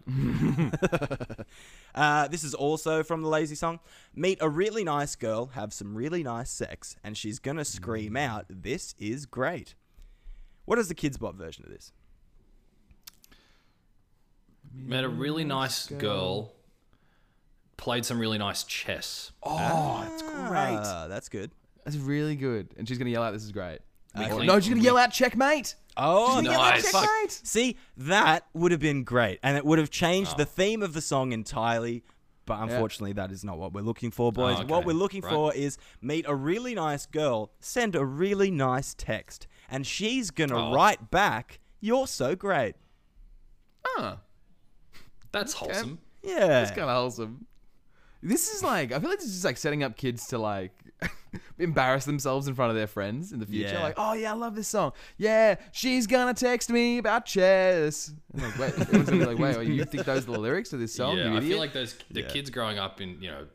B: Uh, this is also from the Lazy Song. Meet a really nice girl, have some really nice sex, and she's gonna scream
A: Mm.
B: out, "This is great." What is the kids' bop version of this?
A: Met a really nice girl. Played some really nice chess.
C: Oh, it's great.
B: Ah, that's good.
C: That's really good. And she's going to yell out, this is great. Or-
A: clean-
C: no, she's going to yell out, checkmate.
B: Oh,
A: no. Nice.
C: Checkmate.
B: see, that would have been great, and it would have changed
A: Oh.
B: the theme of the song entirely. But unfortunately, that is not what we're looking for, boys.
A: Oh, okay.
B: What we're looking
A: Right.
B: for is meet a really nice girl, send a really nice text, and she's gonna
A: Oh.
B: write back, "You're so great."
C: Oh,
A: That's wholesome.
B: Yeah.
C: it's kind of wholesome. This is like, I feel like this is like setting up kids to like *laughs* embarrass themselves in front of their friends in the future.
B: Yeah.
C: Like, oh yeah, I love this song. Yeah, she's going to text me about chess. I'm like, wait, everyone's gonna be like, wait, wait, you think those are the lyrics to this
B: Oh,
C: song?
A: yeah,
C: you
A: I
C: idiot?
A: feel like those the kids growing up in you know,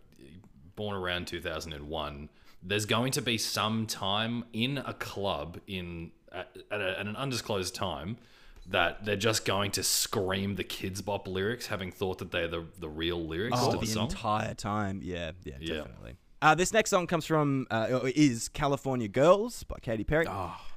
A: born around two thousand and one. There's going to be some time in a club in at, at, a, at an undisclosed time that they're just going to scream the kids bop lyrics, having thought that they're the the real lyrics
B: Oh,
A: to the,
B: the
A: song.
B: entire time. Yeah, yeah,
A: Yeah.
B: definitely. Uh, this next song comes from uh, or is California Girls by Katy Perry.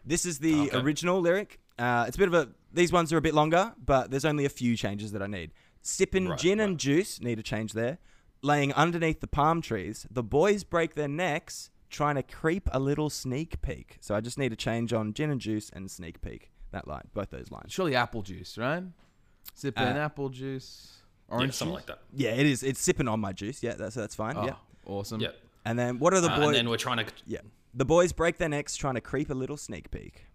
B: This is the
A: Ah. Okay.
B: original lyric. Uh, it's a bit of a. These ones are a bit longer, but there's only a few changes that I need. Sipping
A: Right,
B: gin and juice need a change there. Laying underneath the palm trees, the boys break their necks trying to creep a little sneak peek. So I just need a change on gin and juice and sneak peek. That line, both those lines.
C: Surely apple juice, right? Sipping
B: Uh,
C: apple juice.
A: Yeah,
C: Orange
A: something like
C: juice?
A: that.
B: Yeah, it is. It's sipping on my juice. Yeah, that's that's fine. Yeah.
C: Oh, awesome.
A: Yeah.
B: And then what are the
A: Ah. Uh,
B: boys?
A: and then we're trying to
B: yeah, the boys break their necks trying to creep a little sneak peek.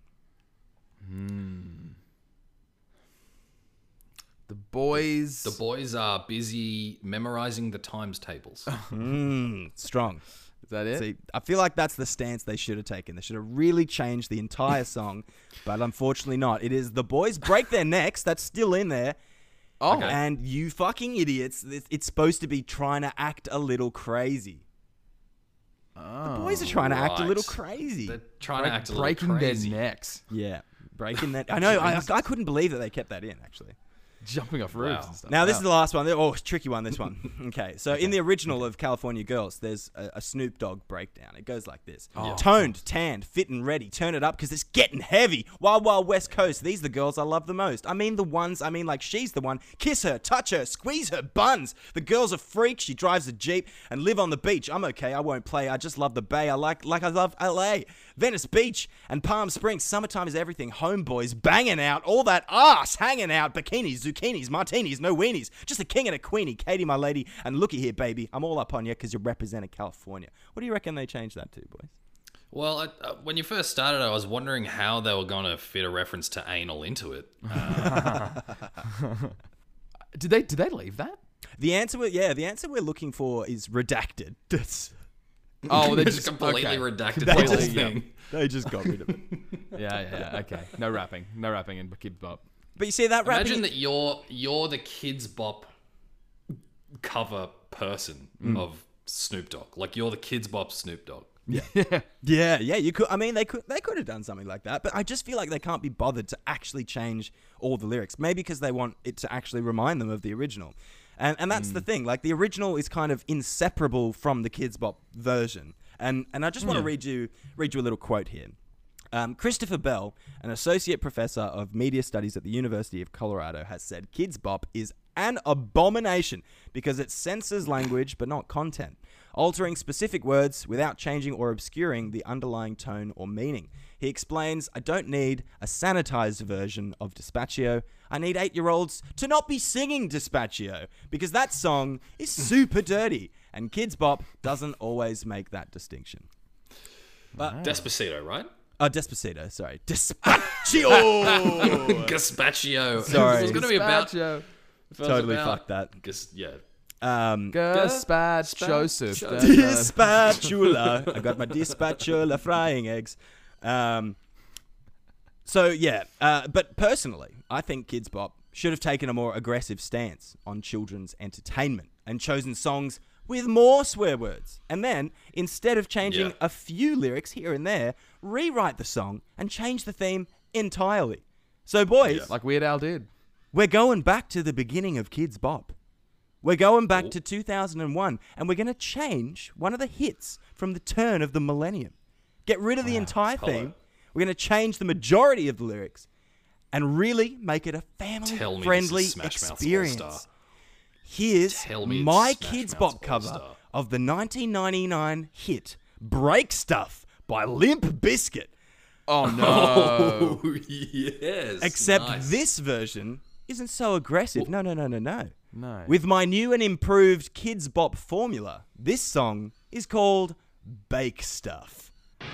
C: The boys.
A: The boys are busy memorizing the times tables.
B: Mm, strong.
C: Is that it?
B: See, I feel like that's the stance they should have taken. They should have really changed the entire *laughs* song, but unfortunately not. It is the boys break their necks. That's still in there.
C: oh,
A: Okay.
B: And you fucking idiots, it- it's supposed to be trying to act a little crazy.
C: Oh.
B: Boys are trying to act a little
A: right.
B: crazy.
A: They're trying to act a little
C: breaking
A: crazy.
C: their necks, *laughs*
B: yeah, breaking that. I know. I, I couldn't believe that they kept that in. Actually.
C: jumping off roofs
A: Wow.
C: and stuff.
B: Now this is the last one. Oh, it's a tricky one. This one. okay. So in the original of California Girls, there's a, a Snoop Dogg breakdown. It goes like this: toned, tanned, fit and ready. Turn it up because it's getting heavy. Wild Wild West Coast. These the girls I love the most. I mean the ones. I mean like she's the one. Kiss her, touch her, squeeze her buns. The girl's a freak. She drives a jeep and live on the beach. I'm okay. I won't play. I just love the bay. I like like I love L.A. Venice Beach and Palm Springs. Summertime is everything. Homeboys banging out, all that ass hanging out. Bikinis, zucchinis, martinis, no weenies. Just a king and a queenie. Katie, my lady, and looky here, baby. I'm all up on you because you represented California. What do you reckon they changed that to, boys?
A: Well, I, uh, when you first started, I was wondering how they were going to fit a reference to anal into it.
C: did they did they leave that?
B: The answer, we- yeah, the answer we're looking for is redacted. *laughs* That's,
C: Oh, they
A: *laughs* They just completely
C: okay.
A: redacted
B: They
A: the whole
B: just-
A: thing.
B: they just got rid of it.
C: Yeah, yeah, yeah. Okay, no rapping, no rapping in Kid Bop.
B: But you see that rapping.
A: Imagine that you're you're the Kids Bop cover person of Snoop Dogg. Like you're the Kids Bop Snoop Dogg.
B: Yeah, yeah, you could. I mean, they could they could have done something like that, but I just feel like they can't be bothered to actually change all the lyrics. Maybe because they want it to actually remind them of the original, and and that's the thing. Like the original is kind of inseparable from the Kids Bop version, and and I just want to read you read you a little quote here. Um, Christopher Bell, an associate professor of media studies at the University of Colorado, has said Kids Bop is an abomination because it censors language but not content, altering specific words without changing or obscuring the underlying tone or meaning. He explains, I don't need a sanitized version of Dispaccio. I need eight year olds to not be singing Dispaccio because that song is super dirty, and Kids Bop doesn't always make that distinction.
A: Despacito, right?
B: Oh, Despacito, sorry. Despaccio!
A: Gaspaccio.
B: Sorry.
A: It's going to be about
C: Gazpacho.
A: if it was
B: totally
A: about-
B: fucked that.
A: Gas- yeah.
B: Um,
C: Gazpacho.
A: Gazpacho.
C: soup. Da- da-
B: dispatula. I got my dispatula frying eggs. Um, so yeah, uh, but personally, I think Kids Bop should have taken a more aggressive stance on children's entertainment and chosen songs with more swear words. And then, instead of changing
A: Yeah.
B: a few lyrics here and there, rewrite the song and change the theme entirely. So, boys,
C: Like Weird Al did.
B: we're going back to the beginning of Kids Bop. We're going back to 2001, and we're going to change one of the hits from the turn of the millennium. Get rid of the entire
A: Hello.
B: theme. We're going to change the majority of the lyrics and really make it a family
A: Tell me
B: friendly
A: this is Smash Mouth
B: experience.
A: All-Star.
B: Here's
A: Tell me it's
B: my
A: Smash
B: Kids
A: Mouth's
B: Bop cover
A: All-Star.
B: of the 1999 hit Break Stuff by Limp Biscuit.
C: *laughs* Oh no.
A: Oh, *laughs* yes.
B: Except
A: nice.
B: this version isn't so aggressive. No, no, no, no, no.
C: No.
B: With my new and improved Kids Bop formula, this song is called Bake Stuff. *laughs*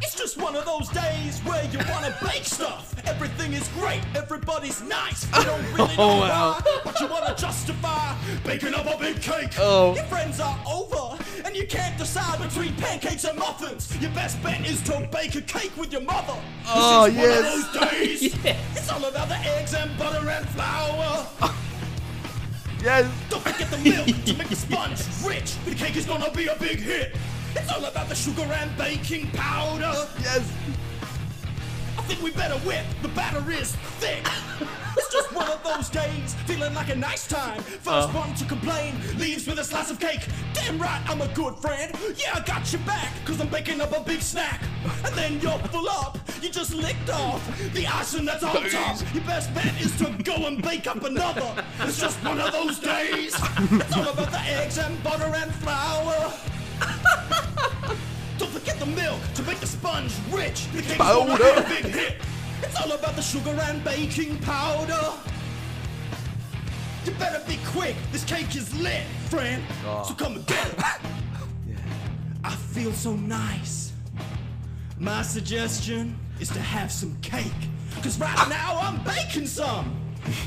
B: It's just one of those days where you wanna bake stuff. Everything is great, everybody's nice. You don't
A: *laughs*
B: really know why, but you wanna justify baking up a big cake.
C: Oh.
B: Your friends are over, and you can't decide between pancakes and muffins. Your best bet is to bake a cake with your mother. This
C: Oh,
B: is one of
C: yes.
B: those
C: *laughs*
B: days. It's all about the eggs and butter and flour.
C: yes.
B: Don't forget the milk to make the sponge rich. The cake is gonna be a big hit. It's all about the sugar and baking powder.
C: Yes.
B: I think we better whip. The batter is thick. It's just one of those days, feeling like a nice time. First one to complain leaves with a slice of cake. Damn right, I'm a good friend. Yeah, I got your back, cause I'm baking up a big snack. And then you're full up, you just licked off the icing that's on top. Your best bet is to go and bake up another. It's just one of those days. It's all about the eggs and butter and flour. Don't forget the milk to make the sponge rich. The cake's gonna be a big hit.
E: It's all about the sugar and baking powder. You better be quick. This cake is lit, friend. So come and get it. I feel so nice. My suggestion is to have some cake. Cause right now I'm baking some.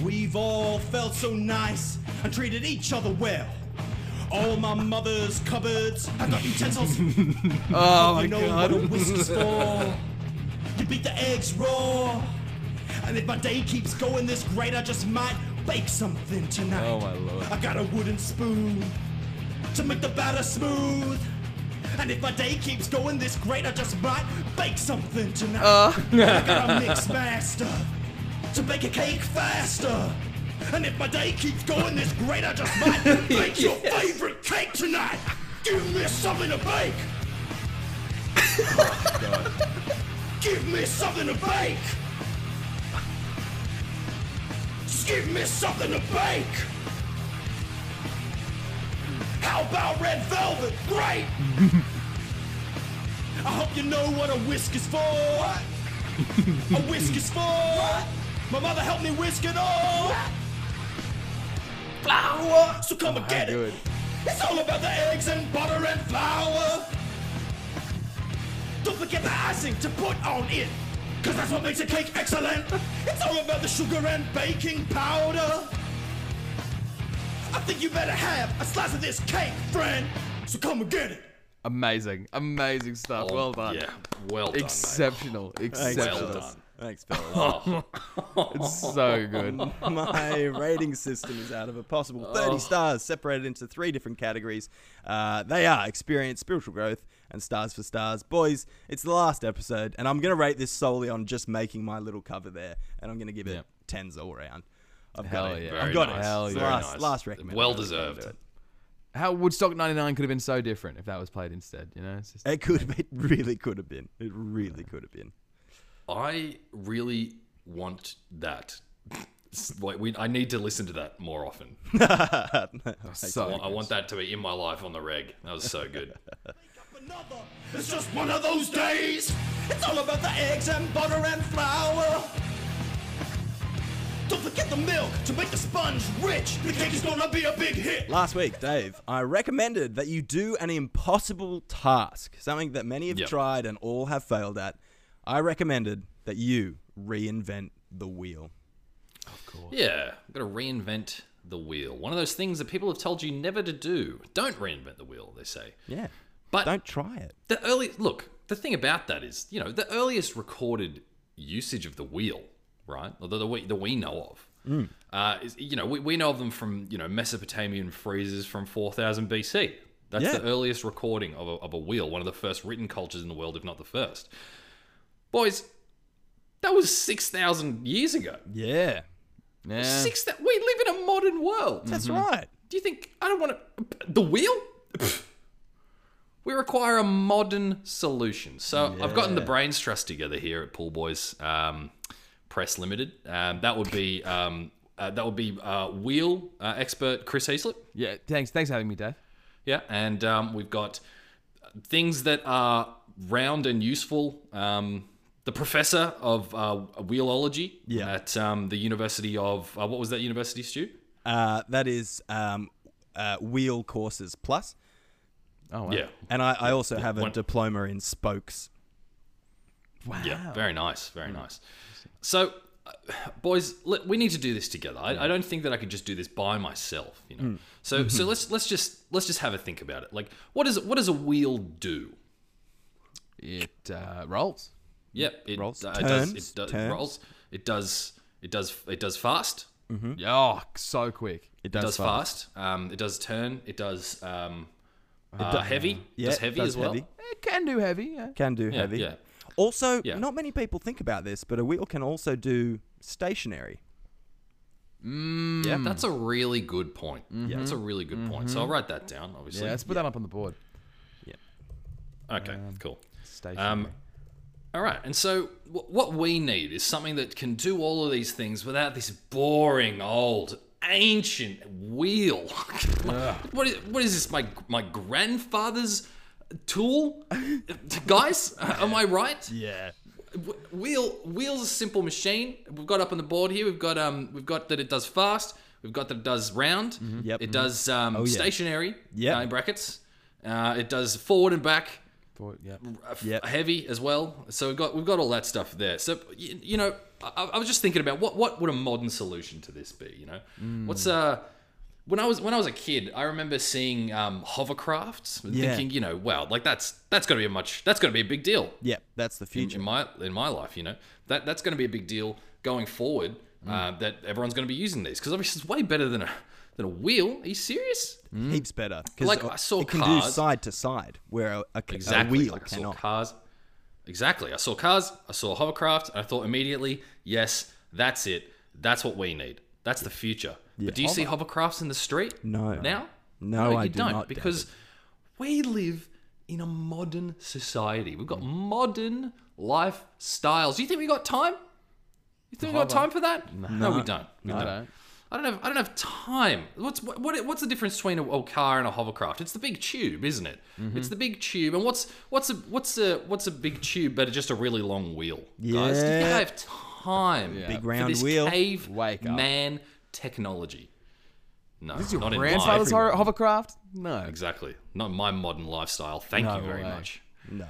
E: We've all felt so nice and treated each other well. All my mother's cupboards have got utensils. oh my you know God. what a whiskey's
B: *laughs*
E: for. You beat the eggs raw. And if my day keeps going this great, I just might bake something tonight.
B: Oh, my Lord.
E: I got a wooden spoon to make the batter smooth. And if my day keeps going this great, I just might bake something tonight.
B: Uh.
E: I
B: *laughs*
E: got a mix master to bake a cake faster. And if my day keeps going this great, I just
B: *laughs*
E: might bake your favorite cake tonight. Give me something to bake. Give me something to bake. Just give me something to bake. How about red velvet? Great. I hope you know what a whisk is for. a whisk is for. My mother helped me whisk it all. Flour. So come and get
C: good.
E: it. It's all about the eggs and butter and flour. Don't forget the icing to put on it. Cause that's what makes a cake excellent. It's all about the sugar and baking powder. I think you better have a slice of this cake, friend. So come and get it.
C: Amazing, amazing stuff. Well done.
A: Oh, Yeah, well done. mate.
C: Exceptional, exceptional.
A: Well done.
B: Thanks, fellas.
C: So good.
B: *laughs* My rating system is out of a
C: Oh.
B: possible 30 stars, separated into three different categories. Uh, they are experience, spiritual growth, and stars for stars. Boys, it's the last episode, and I'm going to rate this solely on just making my little cover there, and I'm going to give it
C: Yep.
B: tens all round. I've
C: Hell
B: got it.
C: yeah.
A: Very
B: I've got
A: nice.
B: it.
C: Hell
B: It's
C: yeah.
B: the
A: Very
B: last,
A: nice.
B: last recommendation.
A: Well deserved.
C: How Woodstock '99 could have been so different if that was played instead. You know, it's just
B: It could have been, *laughs* really could have been. It really could have been.
A: I really want that. It's Like we, I need to listen to that more often. I
C: so.
A: want, I want that to be in my life on the reg. That was so good. *laughs*
E: Another. It's just one of those days. It's all about the eggs and butter and flour. Don't forget the milk to make the sponge rich. The cake is gonna be a big hit.
B: Last week, Dave, I recommended that you do an impossible task, something that many have
A: Yep.
B: tried and all have failed at. I recommended that you reinvent the wheel.
A: Yeah, I'm gonna reinvent the wheel. One of those things that people have told you never to do. Don't reinvent the wheel, they say.
B: Yeah.
A: But-
B: Uh, don't try it.
A: The early look, the thing about that is, you know, the earliest recorded usage of the wheel, right? Although the we that we know of. Uh, is, you know, we, we know of them from, you know, Mesopotamian friezes from 4000 BC. That's
B: Yeah.
A: the earliest recording of a, of a wheel, one of the first written cultures in the world, if not the first. Boys, that was 6,000 years ago.
B: Yeah.
C: Yeah.
A: Six. That we live in a modern world.
B: That's right.
A: Do you think I don't want to? The wheel? Pfft. we require a modern solution. So I've gotten the brains trust together here at Pool Boys um, Press Limited. Um, that would be um, uh, that would be uh, wheel uh, expert Chris Heaslip.
C: yeah. Thanks. Thanks for having me, Dave.
A: Yeah, and um, we've got things that are round and useful. Um, the professor of uh, wheelology
B: Yeah.
A: at um, the University of uh, what was that university, Stu?
B: Uh, that is um, uh, Wheel Courses Plus.
C: Oh wow.
A: Yeah,
B: And I, I also have a
A: one-
B: diploma in spokes.
C: Wow.
A: Yeah, very nice,
B: Hmm.
A: very nice. So, uh, boys, let, we need to do this together. I, I don't think that I could just do this by myself, you know.
B: Hmm. Mm-hmm.
A: So, so let's let's just let's just have a think about it. Like, what does what does a wheel do?
C: It uh, rolls.
A: Yep, it
B: Rolls.
A: it does,
B: Turns.
A: it does
B: Turns.
A: rolls. It does it does it does fast.
C: Yeah. Oh, so quick.
B: It
A: It does fast. Um, it does turn. It does um, uh, heavy.
B: Yeah,
A: does
B: it
A: heavy
B: does
A: as well.
B: heavy.
C: It can do heavy. Yeah.
B: Can do
A: Yeah,
B: heavy.
A: yeah.
B: Also,
A: Yeah.
B: not many people think about this, but a wheel can also do stationary.
A: Yeah,
B: Hmm.
A: that's a really good point. Yeah, that's a really good point.
B: Mm-hmm.
A: So I'll write that down. Obviously.
C: Yeah. Let's put that up on the board.
A: okay. cool.
C: Station.
A: Um, all right, and so w- what we need is something that can do all of these things without this boring old ancient wheel. *laughs* what, is, what is this? My my *laughs* grandfather's tool, guys? Am I right?
B: Yeah.
A: Wh- Wheel wheels a simple machine. We've got up on the board here. We've got um we've got that it does fast. We've got that it does round.
B: Mm-hmm. Yep. Oh,
A: It does um,
B: yeah.
A: stationary.
B: Yep.
A: uh, in brackets. Uh, it does forward and back.
C: Thought, yeah.
A: uh, f-
B: Yep.
A: Heavy as well. So we've got we've got all that stuff there. So you, you know, I, I was just thinking about what what would a modern solution to this be? You know,
B: Hmm.
A: what's uh when I was when I was a kid, I remember seeing um, hovercrafts, and
B: Yeah.
A: thinking, you know, wow, like that's that's gonna be a much that's gonna be a big deal
B: Yeah, that's the
A: in,
B: future.
A: in my in my life. You know that that's going to be a big deal going forward.
B: Hmm.
A: Uh, that everyone's going to be using these because obviously it's way better than a than a wheel. Are you serious?
B: Heaps better. 'cause
A: Hmm. Like, I saw
B: it can do
A: cars-
B: side to side, where a, a,
A: Exactly.
B: a wheel
A: like I saw
B: cannot.
A: cars. Exactly. I saw cars. I saw hovercraft. And I thought immediately, yes, that's it. That's what we need. That's the future. but do you see hovercrafts in the street?
B: No.
A: Now?
B: No, I
A: you
B: do
A: not
B: not,
A: because we live in a modern society. We've got modern lifestyles. Do you think we got time? You think we got time for that? No, we don't. We
C: I
A: don't.
C: don't.
A: I don't have I don't have time. What's what, what what's the difference between a, a car and a hovercraft? It's the big tube, isn't it?
C: Mm-hmm.
A: It's the big tube. And what's what's a what's a what's a big tube but just a really long wheel? Guys, do you
B: Yeah.
A: have time
C: Big
A: for
B: round
A: this
B: wheel.
A: cave
C: Wake up.
A: man technology? No,
C: Is your
A: not
C: grandfather's
A: in my,
C: ho- hovercraft? No.
A: exactly. Not in my modern lifestyle. Thank
C: No
A: you very
C: way.
A: much.
B: No.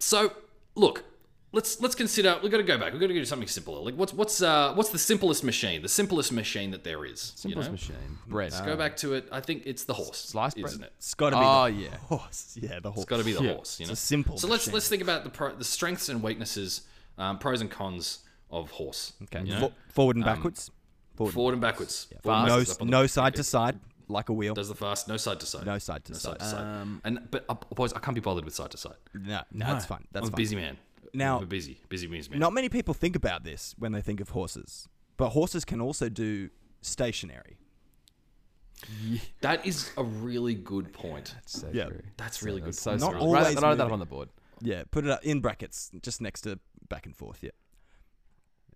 A: So, look, let's let's consider. We've got to go back. We've got to do something simpler. Like what's what's uh what's the simplest machine? The simplest machine that there is. you
C: Simplest
A: know?
C: machine. Bread.
A: Let's
B: Uh,
A: go back to it. I think it's the horse,
C: Slice bread?
A: isn't it?
B: It's got to be
C: Oh,
B: the
C: yeah.
B: horse. *laughs* Yeah, the horse.
A: Ah, It's got to be the horse. You know,
B: a simple
A: So let's
B: machine.
A: let's think about the pro- the strengths and weaknesses, um, pros and cons of horse. Okay. You know? Um,
B: Fo- forward and backwards. Forward.
A: forward and backwards. Forward and
B: no,
A: backwards up on the-
B: no side to side, like a wheel.
A: Does the fast? No side to side.
B: No side to side.
A: Um, and but uh, boys, I can't be bothered with side to side.
B: No, no, that's fine. That's
A: I'm a
B: fine.
A: busy man.
B: Now-
A: I'm a busy, busy means man.
B: Not many people think about this when they think of horses, but horses can also do stationary.
A: That is a really good point.
C: So
B: Yeah.
C: true.
A: That's really good.
C: So
A: point.
B: Not
C: Not
B: always
C: always. Write that up
B: moving.
C: on the board.
B: Yeah, put it up in brackets just next to back and forth. Yeah.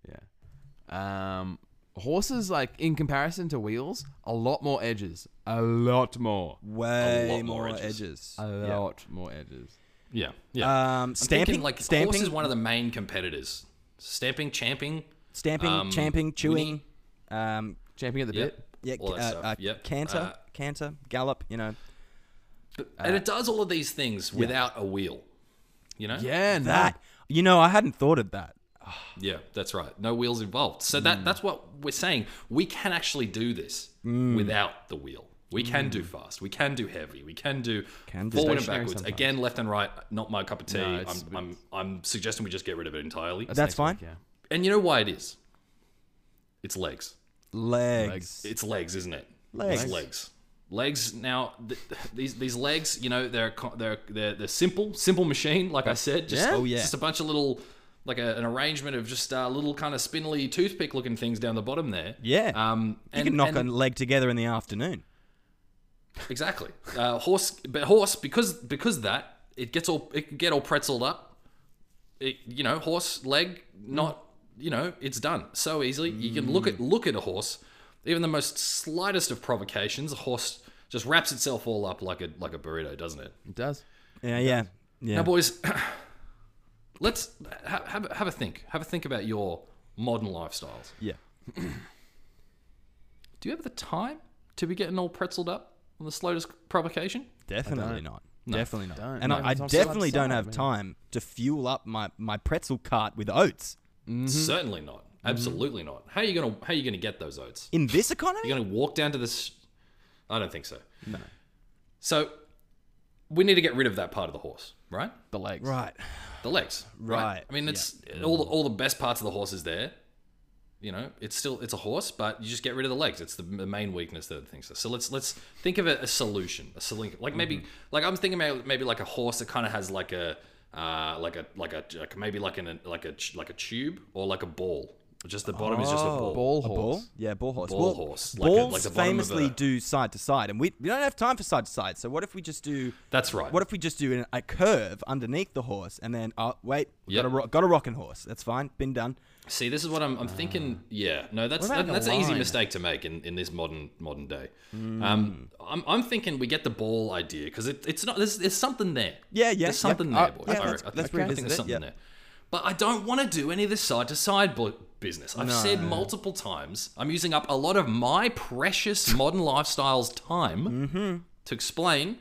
C: Yeah. Um, horses, like in comparison to wheels, a lot more edges. A lot more.
B: Way
A: lot
B: more
A: more edges.
B: edges.
C: A lot more edges.
A: Yeah, yeah.
B: Um, stamping,
A: Thinking, like
B: stamping,
A: horse is one of the main competitors. Stamping, champing,
B: stamping,
A: um,
B: champing,
A: we
B: chewing. Um,
C: Champion at the
A: yeah,
C: bit.
B: yeah,
A: all
B: uh,
A: that stuff.
B: uh,
A: yep.
B: canter,
A: Uh,
B: canter, gallop. You know,
A: and
B: Uh,
A: it does all of these things without a wheel. You know?
C: Yeah, no.
B: that. You know, I hadn't thought of that.
A: Yeah, that's right. No wheels involved. So
B: Mm.
A: that that's what we're saying. We can actually do this
B: Mm.
A: without the wheel. We can do fast. We can do heavy. We can do
B: Can do
A: forward and
C: stationary
A: backwards.
C: sometimes.
A: Again, left and right. Not my cup of tea.
C: No,
A: I'm,
C: it's-
A: I'm I'm suggesting we just get rid of it entirely.
B: That's
C: next week,
B: fine.
C: yeah.
A: And you know why it is? It's legs.
B: Legs.
A: It's legs, isn't it?
B: Legs.
A: It's legs. Legs. Now, th- *laughs* these these legs, you know, they're co- they're they're, they're simple, simple machine. Like I said, just
C: Yeah? Oh,
B: yeah.
A: just a bunch of little, like a, an arrangement of just uh, little kind of spindly toothpick looking things down the bottom there.
B: Yeah.
A: Um.
B: You
A: And,
B: can knock
A: and-
B: a leg together in the afternoon.
A: exactly. Uh, horse, but horse because because of that it gets all it can get all pretzeled up. It you know horse leg not you know it's done so easily. You can look at look at a horse, even the most slightest of provocations. A horse just wraps itself all up like a like a burrito, doesn't it?
C: It does.
B: Yeah, yeah, yeah.
A: Now, boys, *clears throat* let's ha- have a- have a think. Have a think about your modern lifestyles.
B: yeah.
A: *clears throat* Do you have the time to be getting all pretzeled up on the slightest provocation?
B: Definitely not. Definitely not.
C: don't.
B: and
C: No,
B: I, I
C: it's also
B: definitely don't
C: outside,
B: have
C: man.
B: time to fuel up my, my pretzel cart with oats.
A: Certainly not. Absolutely not. How are you gonna How are you gonna get those oats?
B: In this economy?
A: You're gonna walk down to this. I don't think so. No. So we need to get rid of that part of the horse, right?
C: The legs.
B: right.
A: The legs, right?
B: Right,
A: I mean, it's all the, all the best parts of the horse is there. You know, it's still it's a horse, but you just get rid of the legs. It's the, the main weakness that it thinks of. So let's let's think of a, a solution, a solution. Like maybe
B: Mm-hmm.
A: like I'm thinking maybe, maybe like a horse that kind of has like a uh, like a like a like maybe like an like a like a tube or like a ball. Just the bottom is just a ball.
C: Ball
B: A
C: horse.
B: Oh, ball? Yeah, ball horse.
A: Ball
B: Well,
A: horse, like a-
B: Balls
A: like the bottom of
B: famously
A: a-
B: do side to side, and we, we don't have time for side to side. So what if we just do?
A: That's right.
B: What if we just do an, a curve underneath the horse, and then oh wait, we've
A: Yep.
B: got a ro- got a rocking horse. That's fine. Been done.
A: See, this is what I'm, I'm
B: Uh,
A: thinking. Yeah, no, that's
C: about
A: that,
C: the
A: that's an easy
C: line?
A: mistake to make in, in this modern modern day.
B: Hmm.
A: Um, I'm, I'm thinking we get the ball idea because it, it's not there's, there's something there.
B: Yeah, yeah,
A: There's something
B: yeah.
A: there,
B: Uh,
A: boys.
B: yeah,
A: I,
B: let's-
A: I think,
B: let's
A: I think
B: revisit
A: there's
B: it,
A: something
B: yeah.
A: there. But I don't want to do any of this side to side business. I've said multiple times, I'm using up a lot of my precious modern lifestyle's time
B: Mm-hmm.
A: to explain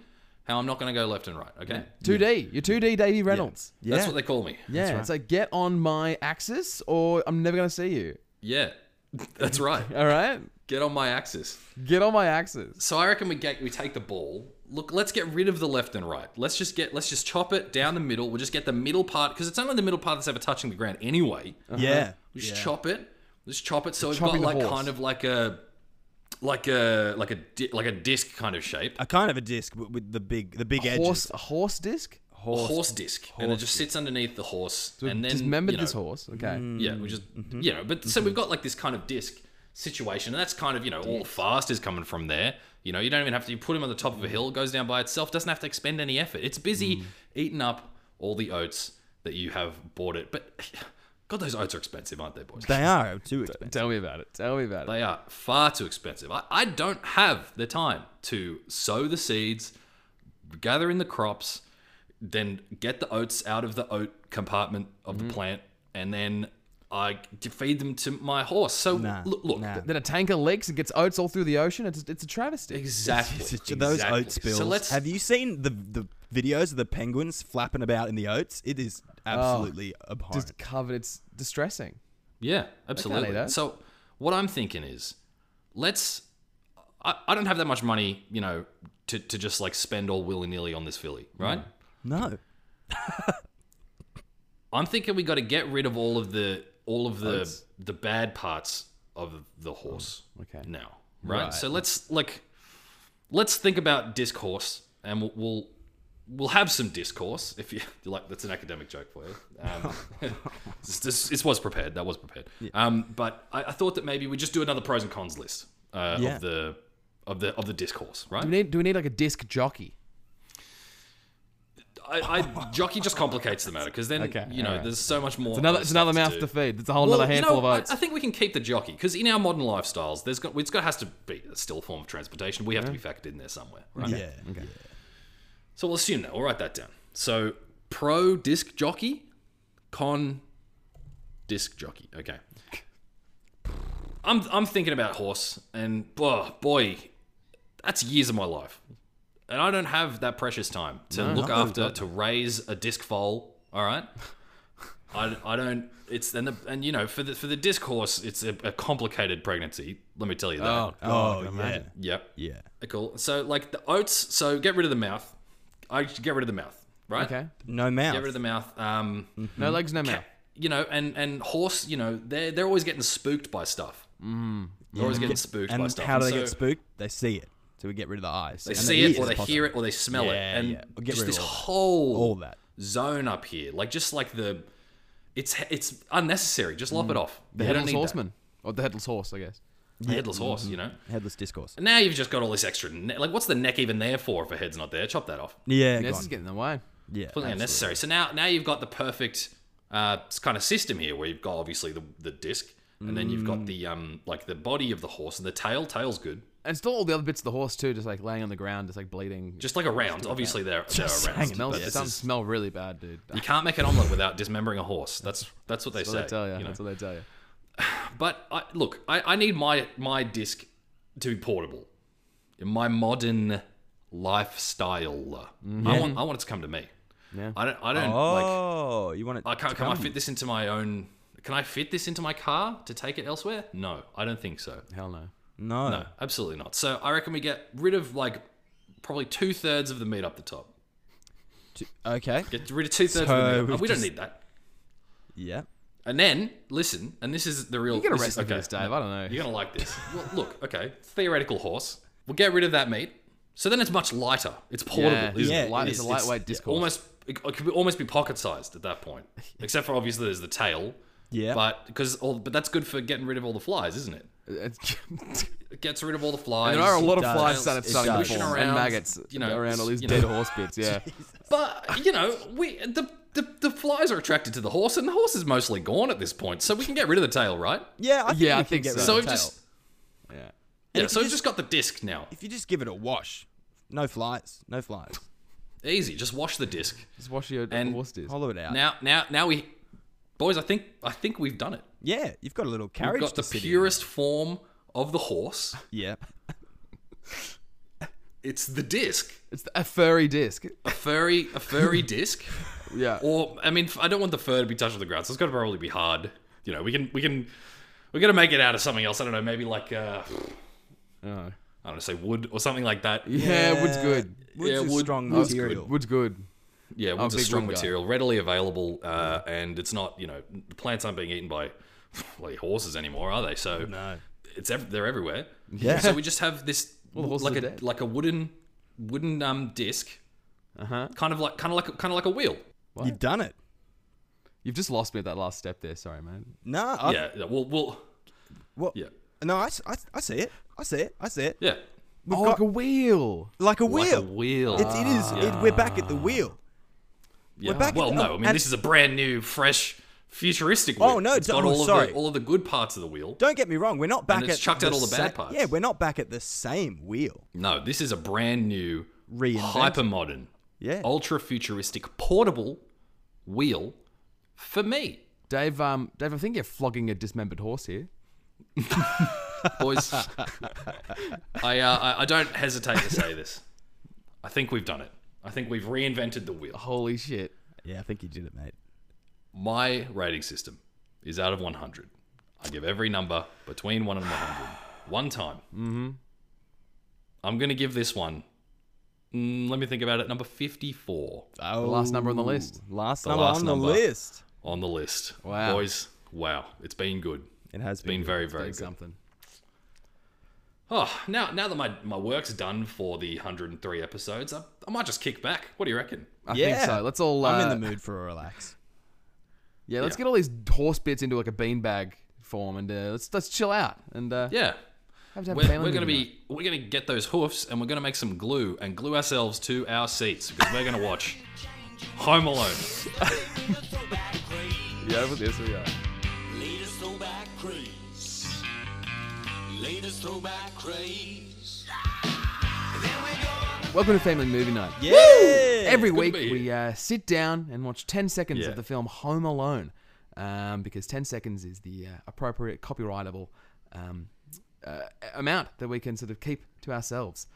A: how I'm not going to go left and right. Okay?
C: 2D. You're 2D Davy Reynolds.
B: Yeah.
A: That's what they call me.
C: Yeah, it's like get on my axis or I'm never gonna see you.
A: Yeah. *laughs* That's
B: *laughs*
A: right.
C: All right,
A: Get on my axis.
C: get on my axis.
A: So I reckon we get we take the ball. Look, let's get rid of the left and right. Let's just get let's just chop it down the middle. We'll just get the middle part because it's only the middle part that's ever touching the ground anyway.
B: Uh-huh. Yeah.
A: We just chop it. Just chop it so we've got
C: chopping the
A: like
C: horse.
A: kind of like a like a like a di- like a disc kind of shape.
B: A kind of a disc with, with the big the big edges.
C: Horse, a horse disc.
A: a horse disc, and it just sits underneath the horse. and then
C: Dismembered
A: you know, Mm.
C: this horse. Okay.
A: Yeah, we just you know, but so we've got like this kind of disc situation, and that's kind of you know all the fast is coming from there. You know, you don't even have to. You put him on the top of a hill, goes down by itself, doesn't have to expend any effort. It's busy eating up all the oats that you have bought it. But *sighs* God, those oats are expensive, aren't they, boys?
B: They are
C: *laughs*
B: too expensive.
C: Tell me about it. Tell me about it.
A: They are far too expensive. I, I don't have the time to sow the seeds, gather in the crops, then get the oats out of the oat compartment of
B: Mm-hmm.
A: the plant, and then I d- feed them to my horse. So
B: Nah,
A: look,
B: *laughs*
A: look
B: nah.
C: Then a tanker leaks and gets oats all through the ocean. It's it's a travesty.
A: exactly,
B: Those
A: exactly.
B: oat spills.
A: So let's
B: Have you seen the the videos of the penguins flapping about in the oats? It is absolutely abhorrent.
C: Oh. Just covered. It's distressing.
A: Yeah, absolutely.
C: that.
A: So what I'm thinking is, let's. I, I don't have that much money, you know, to, to just like spend all willy nilly on this filly, right?
B: Mm. no.
A: I'm thinking we got to get rid of all of the all of the the bad parts of the horse.
C: Oh, okay.
A: Now, right? So let's like let's think about discourse, and we'll we'll, we'll have some discourse. If you, *laughs* you like, that's an academic joke for you. Um, *laughs* this, this, this was prepared. That was prepared. Um, but I, I thought that maybe we just do another pros and cons list uh,
B: Yeah.
A: of the of the of the discourse, right?
C: Do *laughs* we need do we need like a disc jockey?
A: I, I jockey just complicates the matter because then you know
C: alright.
A: there's so much more.
C: Another
A: other
C: it's another
A: stuff
C: mouth
A: do.
C: to feed. It's a whole
A: Well,
C: other
A: you know,
C: handful of oats.
A: I, I think we can keep the jockey because in our modern lifestyles, there's got it's got has to be still a form of transportation. We have to be factored in there somewhere, right?
B: Yeah.
A: So we'll assume that. We'll write that down. So pro disc jockey, con disc jockey. Okay. I'm I'm thinking about horse, and oh, boy, that's years of my life, and I don't have that precious time to look after to raise a disc foal. All right. I, I don't it's and, the, and you know for the for the discourse it's a, a complicated pregnancy let me tell you that
B: Oh, yeah.
A: yep
B: Yeah.
A: Cool. So like the oats. So get rid of the mouth. I should get rid of the mouth. Right.
C: okay.
B: No mouth.
A: Get rid of the mouth. Um,
B: Mm,
C: No legs, no mouth.
A: you know, and and horse. You know, they're they're always getting spooked by stuff. Mm. They're always getting spooked by
B: and
A: stuff.
B: how do they
A: And
B: get
A: so
B: spooked? They see it. So we get rid of the eyes.
A: They see it, or they hear it, or they smell it,
B: Yeah,
A: and
B: yeah. Get
A: just
B: rid of
A: this
B: all that.
A: whole
B: All that.
A: zone up here, like just like the, it's it's unnecessary. Just
B: Mm.
A: lop it off.
C: The
A: You don't
C: headless
A: need that.
C: horseman. Or the headless horse, I guess.
A: The headless horse.
C: Mm-hmm.
A: You know.
B: Headless discourse.
A: And now you've just got all this extra. Ne- like, what's the neck even there for if a head's not there? Chop that off.
B: Yeah.
C: Yes,
B: gone.
C: it's getting in the way.
B: yeah.
A: completely unnecessary. So now now you've got the perfect uh, kind of system here, where you've got obviously the the disc, and then you've got
C: Mm.
A: the um like the body of the horse and the tail. Tail's good,
C: And still all the other bits of the horse too, just like laying on the ground, just like bleeding.
A: just like a round. Obviously they're
B: Just
A: they're a round.
B: hanging
A: but
C: smells
A: this
C: some
A: is-
C: smell really bad, dude.
A: you can't make an omelette without dismembering a horse. That's that's what they
C: That's
A: say.
C: what they tell you.
A: you know.
C: That's what they tell you.
A: But I, look, I, I need my my disc to be portable. In my modern lifestyle, I want I want it to come to me.
C: Yeah.
A: I don't I don't like
B: Oh, you want it?
A: I can't.
B: to
A: Can I
B: come?
A: fit this into my own? Can I fit this into my car to take it elsewhere? No, I don't think so.
C: Hell no.
B: No.
A: No, absolutely not. So I reckon we get rid of like probably two thirds of the meat up the top.
B: T- Okay.
A: Get rid of two thirds
B: So
A: of the meat.
B: we've
A: We don't
B: just-
A: need that.
B: Yeah.
A: And then listen, and this is the real.
C: You get
A: this is-
C: arrested for
A: okay,
C: this, Dave. I don't know.
A: You're gonna like this. *laughs* well, look, okay, theoretical horse. We'll get rid of that meat. So then it's much lighter. It's portable.
C: yeah,
A: isn't
B: yeah,
A: it?
C: it's, light,
B: it
C: it's a
B: is. It's-
C: lightweight discourse.
A: almost it could be, almost be pocket sized at
B: *laughs*
A: that point, except for obviously there's the tail.
B: Yeah.
A: But because all but that's good for getting rid of all the flies, isn't it?
C: It's-
A: It gets rid of all the flies.
C: there are a lot of
B: does.
C: flies that are
A: It
C: starting to
A: does.
C: form
A: Around,
C: and maggots
A: you know,
C: around all these
A: you know.
C: dead horse bits. Yeah,
A: But you know, we the, the the flies are attracted to the horse, and the horse is mostly gone at this point, so we can get rid of the tail, right?
B: Yeah. I think
C: Yeah,
B: we
C: I
B: can
C: think
B: get rid
C: so.
B: of
A: so
B: the
A: we've
B: tail.
A: just
C: yeah.
A: yeah,
B: if
A: so
B: you
A: we've
B: just-
A: just got the disc now.
B: if you just give it a wash, no flies, no flies.
A: Easy, just wash the disc.
C: Just wash your
A: And-
C: horse disc.
B: Hollow it out.
A: Now, now, now we Boys, I think I think we've done it.
B: Yeah, you've got a little
A: We've
B: carriage.
A: got the
B: to sit in.
A: purest form of the horse.
B: Yeah.
A: It's the disc,
C: It's a furry disc. *laughs*
A: a furry, a furry *laughs* disc.
C: Yeah.
A: Or I mean, I don't want the fur to be touched with the ground, so it's got to probably be hard. You know, we can we can we're gonna make it out of something else. I don't know, maybe like uh,
C: Oh.
A: I don't know, say wood or something like that.
C: *laughs* Yeah, wood's good.
B: Wood's
A: Yeah,
B: a
A: wood-
B: strong
A: wood's
B: material.
C: Wood's good.
A: Yeah, wood's a
C: big
A: strong
C: wood guy.
A: material, readily available, uh, and it's not you know the plants aren't being eaten by *sighs* bloody horses anymore, are they? So
B: No.
A: it's ev- they're everywhere.
B: Yeah.
A: So we just have
B: *laughs*
A: this
C: Well, the horses
A: like
C: are
A: a
C: dead.
A: like a wooden wooden um disc,
C: Uh-huh.
A: kind of like kind of like kind of like a wheel.
B: You've done it.
C: You've just lost me at that last step there. Sorry, man.
B: No, I,
A: yeah, yeah, we'll we'll
B: What?
A: yeah
B: No, I, s- I s- I see it. I see it. I see it.
A: yeah
B: We've
C: oh,
B: got-
C: like a wheel.
B: like a
A: like a
B: wheel.
A: wheel.
B: It's, it is. It, we're back at the wheel.
A: yeah.
B: we're back
A: well,
B: at-
A: no,
B: oh,
A: I mean
B: and-
A: this is a brand new, fresh, futuristic wheel.
B: Oh, no,
A: it's
B: d-
A: got
B: oh,
A: all of
B: sorry.
A: the, all of the good parts of the wheel.
B: Don't get me wrong. We're not back
A: it's
B: at
A: chucked out all the bad
B: sa-
A: parts.
B: Yeah, we're not back at the same wheel.
A: No, this is a brand new,
B: Reinvented.
A: hyper modern,
B: Yeah.
A: ultra futuristic, portable wheel for me,
C: Dave, um, Dave, I think you're flogging a dismembered horse here.
B: *laughs*
A: boys. I, uh, I I don't hesitate to say this. I think we've done it. I think we've reinvented the wheel.
C: Holy shit.
B: Yeah, I think you did it, mate.
A: My rating system is out of 100. I give every number between 1 and 100. One time. Mm-hmm. I'm going to give this one, mm, let me think about it, number 54
B: Oh,
C: last number on the list.
B: Last number
A: last
B: on
A: number.
B: the list.
A: on the list.
C: Wow.
A: Boys, wow. It's been good.
B: It has
A: It's been very, very
C: Doing
A: good.
C: something.
A: Oh, now now that my, my work's done for the 103 episodes, I, I might just kick back. What do you reckon?
C: I
B: Yeah.
C: think so. Let's all. Uh,
B: I'm in the mood for a relax.
C: Yeah, let's
A: Yeah.
C: get all these horse bits into like a beanbag form and uh, let's let's chill out and uh,
A: Yeah.
C: have to have
A: We're,
C: family
A: we're gonna
C: meeting
A: be we're gonna get those hoofs and we're gonna make some glue and glue ourselves to our seats because we're gonna watch Home Alone. Oh,
C: night. Yeah, with this we are.
D: Latest throwback craze. Latest throwback craze.
C: Welcome to Family Movie Night.
B: Yeah.
C: Every
A: It's good
C: week
A: to be
C: we uh, sit down and watch 10 seconds
A: Yeah.
C: of the film Home Alone um, because 10 seconds is the uh, appropriate copyrightable um, uh, amount that we can sort of keep to ourselves.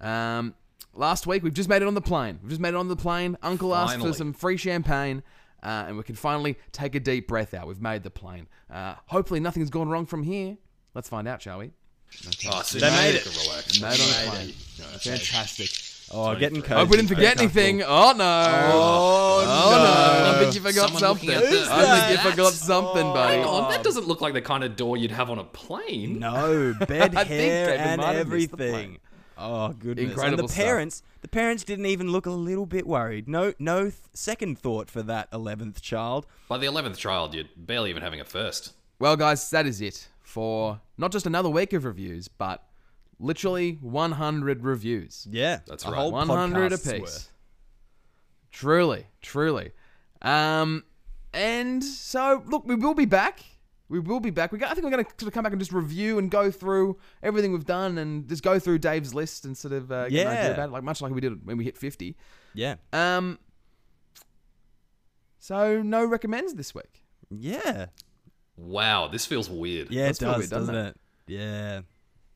C: Um, last week we've just made it on the plane. We've just made it on the plane. Uncle asked for
A: Finally.
C: some free champagne. Uh, and we can finally take a deep breath out. We've made the plane. Uh, hopefully, nothing's gone wrong from here. Let's find out, shall we?
A: Oh, so
B: They
A: now
B: made
A: you
B: it.
A: can relax.
C: Made on a plane. Fantastic.
B: Oh, getting cozy.
C: Hope we didn't forget anything. Oh no.
B: Oh,
C: Oh no! I
B: no. Oh.
C: think you forgot
A: Someone
C: something.
A: looking
C: I
A: at this.
C: think you
A: Who's that?
C: forgot something, buddy.
A: Hang on, that doesn't look like the kind of door you'd have on a plane.
B: No, bed
C: I think
B: hair
C: David
B: and
C: might have missed the plane.
B: everything. Oh goodness!
C: Incredible
B: and the
C: stuff.
B: parents, the parents didn't even look a little bit worried. No, no th- second thought for that eleventh child.
A: By the eleventh child, you're barely even having a first.
C: Well, guys, that is it for not just another week of reviews, but literally 100 reviews.
B: Yeah,
A: That's
B: a
A: right.
B: Whole
C: 100
B: podcast's
C: apiece.
B: worth.
C: Truly, truly. Um, and so look, we will be back. We will be back. We go, I think we're going to sort of come back and just review and go through everything we've done and just go through Dave's list and sort of uh, get an idea
B: Yeah.
C: about it, like much like we did when we hit 50.
B: Yeah,
C: Um. So no recommends this week.
B: yeah,
A: Wow, this feels weird.
B: yeah.
C: That's
B: it
C: probably
B: does,
C: done
B: doesn't
C: that.
B: it? Yeah,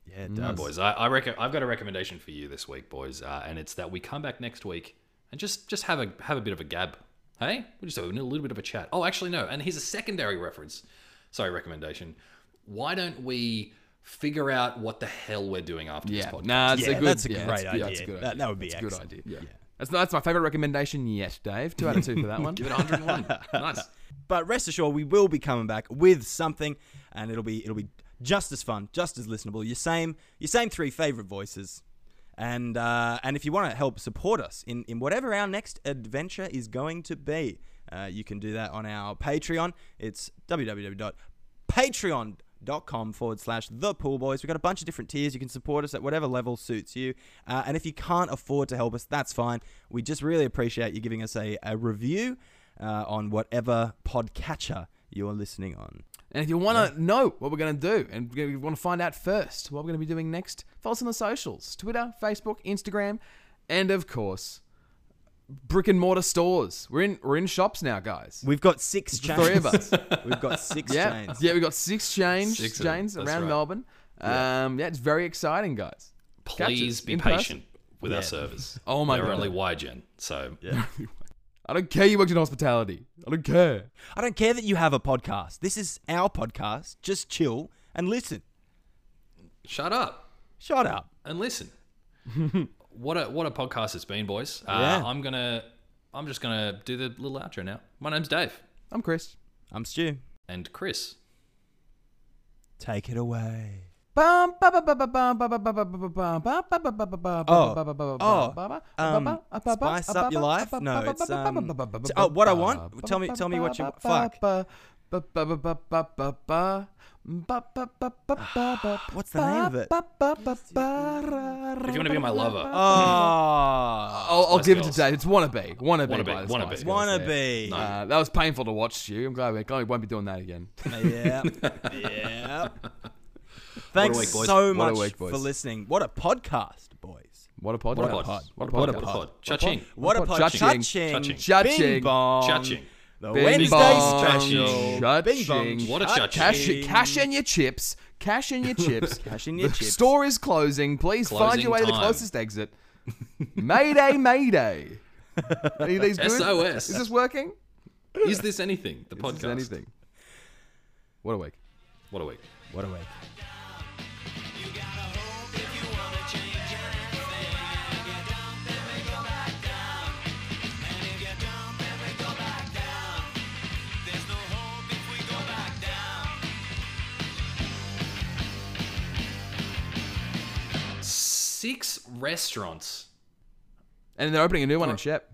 B: yeah, it
A: All right,
B: does.
A: boys, I, I reckon I've got a recommendation for you this week, boys, uh, and it's that we come back next week and just just have a have a bit of a gab. Hey, we just have a little bit of a chat. Oh, actually, no. And here's a secondary reference. Sorry, recommendation. Why don't we figure out what the hell we're doing after
C: Yeah,
A: this podcast?
C: nah, it's
B: Yeah,
C: a good,
B: that's a
C: yeah,
B: great
C: that's- yeah, that's a
B: idea.
C: good
B: That-
C: idea.
B: that would be
C: that's a
B: excellent.
C: good idea.
B: Yeah.
C: That's that's my favorite recommendation yet, Dave. Two out of two *laughs* for that one.
A: Give it 101.
B: *laughs*
A: nice.
B: But rest assured, we will be coming back with something, and it'll be it'll be just as fun, just as listenable. Your same your same three favorite voices, and uh, and if you want to help support us in in whatever our next adventure is going to be, uh, you can do that on our Patreon. It's www.patreon.com forward slash the pool boys we've got a bunch of different tiers you can support us at whatever level suits you uh, and if you can't afford to help us that's fine we just really appreciate you giving us a, a review uh, on whatever podcatcher you're listening on.
C: And if you want to know what we're going to do and you want to find out first what we're going to be doing next, follow us on the socials Twitter, Facebook, Instagram, and of course, brick and mortar stores. We're in we're in shops now, guys.
B: We've got six chains.
C: three of
B: *laughs*
C: us.
B: We've got six
C: yeah,
B: chains.
C: yeah. We got six chains,
A: Six of them,
C: chains
A: that's
C: around
A: right.
C: Melbourne. Um, yeah, it's very exciting, guys. Catch
A: Please
C: us
A: be
C: in person.
A: patient with our servers.
C: *laughs* Oh my
A: They're
C: God.
A: only YGen, so
C: I don't care you worked in hospitality. I don't care.
B: I don't care that you have a podcast. This is our podcast. Just chill and listen.
A: shut up.
B: Shut
C: *laughs*
B: up.
A: and listen. what a what a podcast it's been, boys. Uh,
B: Yeah.
A: I'm gonna I'm just gonna do the little outro now. My name's Dave
C: I'm Chris.
B: I'm Stu.
A: and Chris.
B: Take it away.
C: Bum, ba, ba, ba, ba, bum, ba, ba, ba, ba, ba, ba, bum, ba, ba, ba, ba, ba, ba,
B: Oh,
C: ba, ba, ba, ba,
B: oh,
C: ba, ba, ba,
B: um,
C: ba, ba, ba,
B: spice
C: ba,
B: up your
C: ba,
B: life?
C: ba,
B: No,
C: ba,
B: it's,
C: ba,
B: um,
C: ba, ba, ba,
B: t-
C: ba,
B: oh, what I
C: ba,
B: want?
C: ba,
B: Tell me-
C: ba,
B: tell me
C: ba,
B: what you-
C: ba,
B: fuck.
C: ba, ba, ba, ba, ba, ba, ba, ba, ba, ba, ba, ba, ba, ba,
B: What's the name of it?
C: ba, ba, ba, ba,
A: If you want to be my lover,
B: Oh,
C: I'll, I'll
A: Spice
C: give it
A: Girls.
C: to Dave. It's wannabe, wannabe,
A: Wannabe,
C: by the
A: Wannabe.
C: Spice Girls,
B: wannabe.
C: yeah. Uh, that was painful to watch, Stu. I'm glad we, glad we won't be doing that again.
B: yeah.
C: *laughs*
B: yeah. Thanks
A: week, boys.
B: so
C: What a
B: much
C: week, boys.
B: for listening. What a podcast, boys.
C: What a pod!
A: what a pod,
C: What a
A: what a
C: podcast.
A: pod, cha-ching.
B: What, a
C: pod-
B: podcast.
C: cha-ching.
B: Cha-ching.
C: Cha-ching.
B: Bing bong.
A: Cha-ching.
B: The
C: Bing
B: Wednesday
C: bong.
B: special. Bing bong.
C: Cha-ching.
A: What a
B: cha-ching.
C: Cash,
A: cha-ching.
C: cash in your chips. Cash in your
B: *laughs*
C: chips.
B: Cash in your
C: the
B: chips.
C: store is closing. Please find
A: Closing
C: your way to the
A: time.
C: closest exit. Mayday, mayday. Any of these good?
A: SOS.
C: Is this working?
A: Is this anything? The podcast.
C: Is this anything? What a week.
A: What a week.
B: What a week.
D: You gotta hope if you wanna change anything. And if you don't, then we go back down. And if you don't, then we go back down. There's no hope if we go back down.
A: Six restaurants,
C: And they're opening a new one in Shep.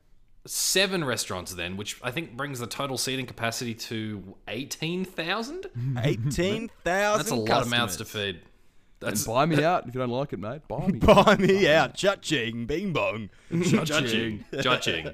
A: seven restaurants, then, which I think brings the total seating capacity to eighteen thousand.
B: 18,000 *laughs*
A: That's a lot of mouths to feed. That's
C: Buy me out if you don't like it, mate. Buy
A: *laughs*
C: me. *laughs*
B: Buy me out. Cha-ching. Bing bong.
A: judging. judging.